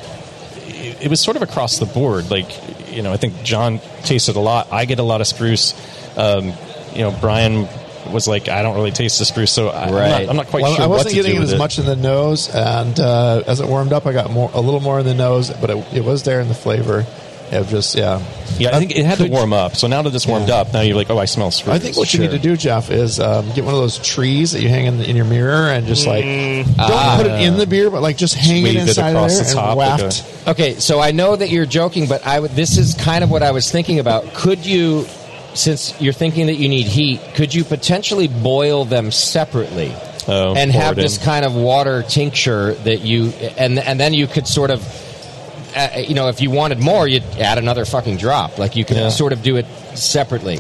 Speaker 11: it was sort of across the board. Like you know, I think John tasted a lot. I get a lot of spruce. Um, you know, Brian was like, I don't really taste the spruce, so I, am not, I'm not quite
Speaker 5: Well,
Speaker 11: sure.
Speaker 5: I
Speaker 11: what
Speaker 5: wasn't
Speaker 11: to
Speaker 5: getting
Speaker 11: do
Speaker 5: it
Speaker 11: with
Speaker 5: as much in the nose, and uh, as it warmed up, I got more, a little more in the nose, but it, it was there in the flavor. Of just yeah,
Speaker 11: Yeah, I think it had to warm up. So now that it's warmed up, now you're like, oh, I smell spruce.
Speaker 5: I think what you need to do, Jeff, is um, get one of those trees that you hang in, in your mirror and just like don't
Speaker 4: Ah.
Speaker 5: put it in the beer, but like just hang it
Speaker 4: Wave it
Speaker 5: inside of
Speaker 4: across
Speaker 5: there
Speaker 4: the top
Speaker 5: and
Speaker 4: like
Speaker 5: waft.
Speaker 4: Okay, so I know that you're joking, but I would- this is kind of what I was thinking about. Could you, since you're thinking that you need heat, could you potentially boil them separately
Speaker 11: Oh,
Speaker 4: and
Speaker 11: pour
Speaker 4: have
Speaker 11: it
Speaker 4: this
Speaker 11: in.
Speaker 4: kind of water tincture that you and and then you could sort of. Uh, you know, if you wanted more, you'd add another fucking drop. Like you could
Speaker 11: Yeah.
Speaker 4: sort of do it separately.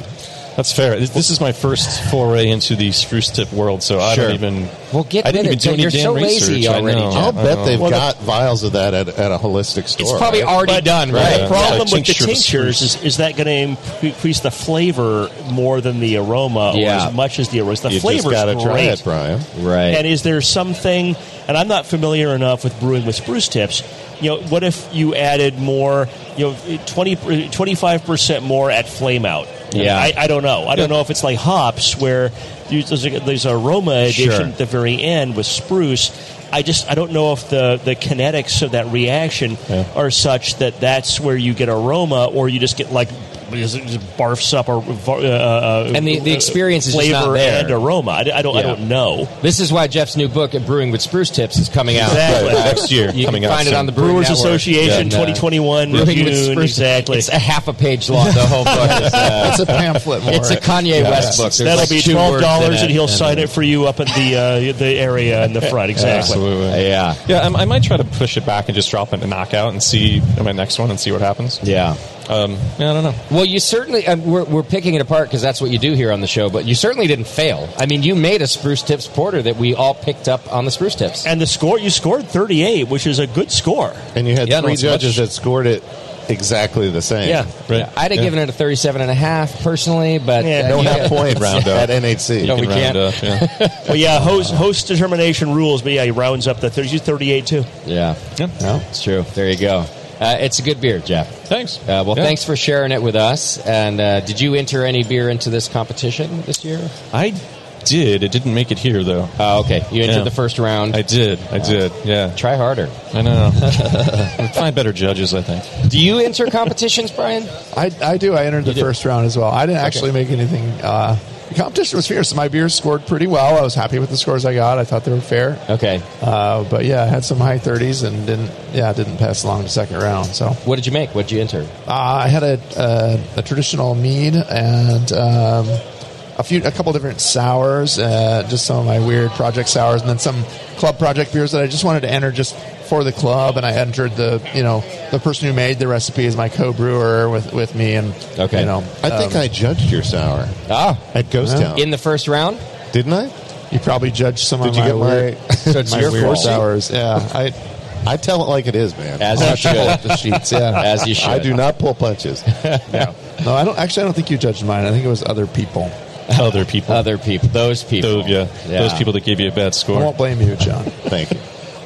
Speaker 11: That's fair. This- This is my first foray into the spruce tip world, so I
Speaker 6: Sure.
Speaker 11: don't even.
Speaker 4: Well, get
Speaker 11: I didn't
Speaker 4: with
Speaker 11: even
Speaker 4: it.
Speaker 11: do any
Speaker 4: You're
Speaker 11: damn
Speaker 4: so
Speaker 11: research.
Speaker 4: lazy
Speaker 11: I
Speaker 4: already,
Speaker 11: know. Oh,
Speaker 4: Jeff.
Speaker 6: I'll
Speaker 11: I
Speaker 6: bet
Speaker 11: know.
Speaker 6: they've
Speaker 11: Well,
Speaker 6: got vials of that at, at a holistic store. right?
Speaker 11: uh,
Speaker 10: But The problem with the tinctures
Speaker 11: spruce.
Speaker 10: is, is that going to increase the flavor more than the aroma,
Speaker 6: Yeah.
Speaker 10: or as much as the aroma. The
Speaker 6: You just
Speaker 10: flavor's
Speaker 6: gotta
Speaker 10: great.
Speaker 6: try it, Brian.
Speaker 4: Right.
Speaker 10: And is there something? And I'm not familiar enough with brewing with spruce tips. You know, what if you added more? You know, 25 percent more at flame out.
Speaker 4: Yeah.
Speaker 10: I, I don't know. I don't know if it's like hops where you, there's, a, there's aroma addition
Speaker 4: Sure.
Speaker 10: at the very end with spruce. I just I don't know if the, the kinetics of that reaction are such that that's where you get aroma, or you just get like just barfs up or uh, uh,
Speaker 4: And the- the experience is just
Speaker 10: flavor
Speaker 4: not there.
Speaker 10: and aroma. I, I don't I
Speaker 4: Yeah.
Speaker 10: don't know.
Speaker 4: This is why Jeff's new book at Brewing with Spruce Tips is coming out
Speaker 10: Exactly.
Speaker 4: Uh,
Speaker 10: Next year,
Speaker 4: You
Speaker 10: coming
Speaker 4: can
Speaker 10: out
Speaker 4: find it
Speaker 10: soon.
Speaker 4: on the Brewing
Speaker 10: Brewers
Speaker 4: Network.
Speaker 10: Association,
Speaker 4: And, uh,
Speaker 10: 2021,
Speaker 4: Brewing with
Speaker 10: June,
Speaker 4: Spruce.
Speaker 10: exactly.
Speaker 4: It's a half a page long. The whole book. Is, uh,
Speaker 5: It's a pamphlet more.
Speaker 4: It's a Kanye
Speaker 10: Yeah.
Speaker 4: West book. There's
Speaker 10: That'll
Speaker 4: like
Speaker 10: be
Speaker 4: two
Speaker 10: twelve
Speaker 4: words in
Speaker 10: dollars,
Speaker 4: it.
Speaker 10: and he'll
Speaker 4: And,
Speaker 10: sign
Speaker 4: uh,
Speaker 10: it for you up at the uh, the area in the front. Exactly.
Speaker 11: Absolutely.
Speaker 4: Yeah.
Speaker 11: Yeah, I, I might try to push it back and just drop it a knockout and see on my next one and see what happens.
Speaker 4: Yeah.
Speaker 11: Um, yeah, I don't know.
Speaker 4: Well, you certainly, uh, we're, we're picking it apart because that's what you do here on the show, but you certainly didn't fail. I mean, you made a Spruce Tips Porter that we all picked up on the Spruce Tips.
Speaker 10: And the score you scored thirty eight, which is a good score.
Speaker 6: And you had
Speaker 4: Yeah, no,
Speaker 6: three
Speaker 4: it's
Speaker 6: judges
Speaker 4: much-
Speaker 6: that scored it exactly the same.
Speaker 4: Yeah. I'd have given it a 37 and a half personally, but.
Speaker 10: Yeah.
Speaker 4: uh,
Speaker 10: Don't
Speaker 4: you
Speaker 10: have
Speaker 4: got-
Speaker 10: point
Speaker 6: round up. At NHC.
Speaker 4: No, we can't.
Speaker 10: well, yeah, host host determination rules, but yeah, he rounds up the thirty thirty eight too.
Speaker 4: Yeah. it's true. There you go. Uh, it's a good beer, Jeff.
Speaker 11: Thanks.
Speaker 4: Uh, well,
Speaker 11: Yeah.
Speaker 4: thanks for sharing it with us. And uh, did you enter any beer into this competition this year?
Speaker 11: I did. It didn't make it here though.
Speaker 4: Oh, okay. You entered the first round.
Speaker 11: I did. I did. Yeah.
Speaker 4: Try harder.
Speaker 11: I know. Find better judges, I think.
Speaker 4: Do you enter competitions, Brian?
Speaker 5: I, I do. I entered the first round as well. I didn't actually make anything. Uh, the competition was fierce. My beers scored pretty well. I was happy with the scores I got. I thought they were fair.
Speaker 4: Okay.
Speaker 5: Uh, but yeah, I had some high thirties and didn't. Yeah, didn't pass along to second round. So
Speaker 4: What did you make? What did you enter?
Speaker 5: Uh, I had a, a, a traditional mead and um, a few, a couple different sours, uh, just some of my weird project sours, and then some club project beers that I just wanted to enter just for the club. And I entered the, you know, the person who made the recipe is my co-brewer with, with me, and
Speaker 4: Okay.
Speaker 5: you know, um,
Speaker 6: I think I judged your sour.
Speaker 4: Ah,
Speaker 5: at
Speaker 6: Ghost Town.
Speaker 4: In the first round?
Speaker 6: Didn't I?
Speaker 5: You probably judged some
Speaker 6: Did
Speaker 5: of
Speaker 6: you
Speaker 5: my
Speaker 6: get my-
Speaker 5: weird,
Speaker 6: So it's
Speaker 5: my
Speaker 6: your
Speaker 5: weird
Speaker 6: fault.
Speaker 5: sours. Yeah, I
Speaker 6: I tell it like it is, man.
Speaker 4: As
Speaker 6: I
Speaker 4: you should.
Speaker 6: pull up the sheets, yeah.
Speaker 4: As you should.
Speaker 6: I do not pull punches.
Speaker 5: no, no, I don't. Actually, I don't think you judged mine. I think it was other people.
Speaker 11: Other people.
Speaker 4: Other people. Those people.
Speaker 11: Those, yeah,
Speaker 4: Yeah.
Speaker 11: Those people that gave you a bad
Speaker 5: I
Speaker 11: score.
Speaker 5: won't blame you, John.
Speaker 6: Thank you.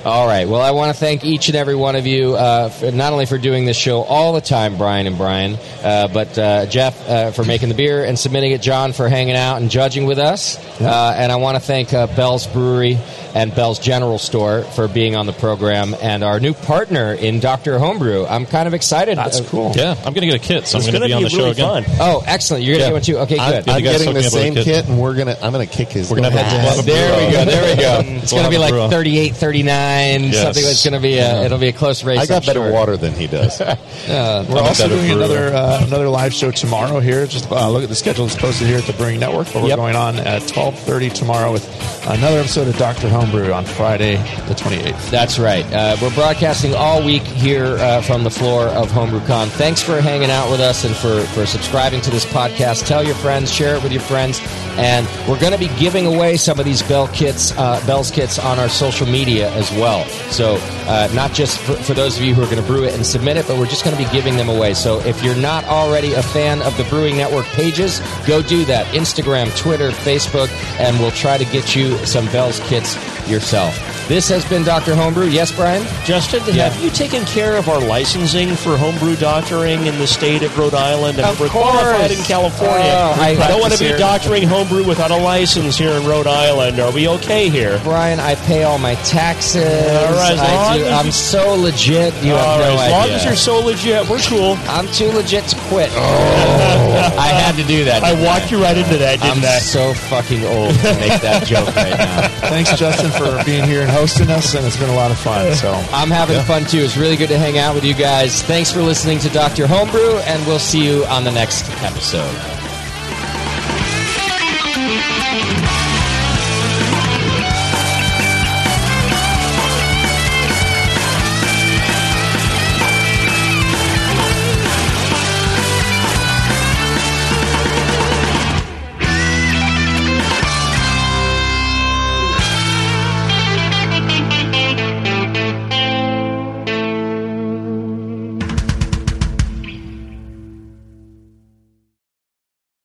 Speaker 4: All right. Well, I want to thank each and every one of you, uh, for not only for doing this show all the time, Brian and Brian, uh, but uh, Jeff uh, for making the beer and submitting it, John for hanging out and judging with us. Uh, and I want to thank uh, Bell's Brewery and Bell's General Store for being on the program and our new partner in Dr. Homebrew. I'm kind of excited.
Speaker 11: That's
Speaker 4: Uh,
Speaker 11: cool. Yeah, I'm going to get a kit, so
Speaker 4: It's
Speaker 11: I'm going
Speaker 4: gonna
Speaker 11: to be on
Speaker 4: be
Speaker 11: the show
Speaker 4: really
Speaker 11: again.
Speaker 4: fun. Oh, excellent. You're gonna get one too? Okay,
Speaker 6: I'm-
Speaker 4: good.
Speaker 6: I'm,
Speaker 11: You guys hooked
Speaker 6: getting the
Speaker 11: me up with a
Speaker 6: same
Speaker 11: kid.
Speaker 6: kit, and we're gonna. I'm gonna kick his.
Speaker 11: We're gonna have a
Speaker 6: ass.
Speaker 11: lot of
Speaker 4: There we go.
Speaker 6: blood.
Speaker 4: There we go. It's
Speaker 6: We'll
Speaker 4: going to be
Speaker 6: have a
Speaker 4: like
Speaker 6: brew.
Speaker 4: 38, 39,
Speaker 6: Yes.
Speaker 4: something that's going to be a,
Speaker 6: Yeah.
Speaker 4: it'll be a close race.
Speaker 6: I got
Speaker 4: I'm
Speaker 6: better
Speaker 4: sure.
Speaker 6: water than he does.
Speaker 5: We're also doing another uh, another live show tomorrow here. Just uh, look at the schedule that's posted here at the Brewing Network. But we're
Speaker 4: Yep.
Speaker 5: going on at twelve thirty tomorrow with another episode of Doctor Homebrew on Friday the twenty eighth.
Speaker 4: That's right. Uh, we're broadcasting all week here uh, from the floor of HomebrewCon. Thanks for hanging out with us and for, for subscribing to this podcast. Tell your friends, share it with your friends, and we're going to be giving away some of these Bell kits, uh, Bell's kits on our social media as well. So uh, not just for, for those of you who are going to brew it and submit it, but we're just going to be giving them away. So if you're not already a fan of the Brewing Network pages, go do that. Instagram, Twitter, Facebook, and we'll try to get you some Bell's kits yourself. This has been Dr. Homebrew. Yes, Brian?
Speaker 10: Justin,
Speaker 4: Yeah.
Speaker 10: have you taken care of our licensing for homebrew doctoring in the state of Rhode Island? And
Speaker 4: Of
Speaker 10: we're qualified
Speaker 4: course.
Speaker 10: in California.
Speaker 4: Oh, I
Speaker 10: I don't want
Speaker 4: practice
Speaker 10: to be
Speaker 4: here.
Speaker 10: doctoring homebrew without a license here in Rhode Island. Are we okay here?
Speaker 4: Brian, I pay all my taxes.
Speaker 10: All right, as
Speaker 4: I
Speaker 10: long
Speaker 4: do,
Speaker 10: as
Speaker 4: I'm
Speaker 10: you-
Speaker 4: so legit. You
Speaker 10: All
Speaker 4: have no
Speaker 10: right, as long
Speaker 4: idea.
Speaker 10: as you're Oh, so legit, we're cool.
Speaker 4: I'm too legit to quit. I had to do that.
Speaker 10: I
Speaker 4: didn't
Speaker 10: walked you right into that,
Speaker 4: I'm
Speaker 10: didn't I?
Speaker 4: so fucking old to make that joke right now.
Speaker 5: Thanks, Justin, for being here and hosting us, and it's been a lot of fun. So
Speaker 4: I'm having fun too. It's really good to hang out with you guys. Thanks for listening to Dr. Homebrew, and we'll see you on the next episode.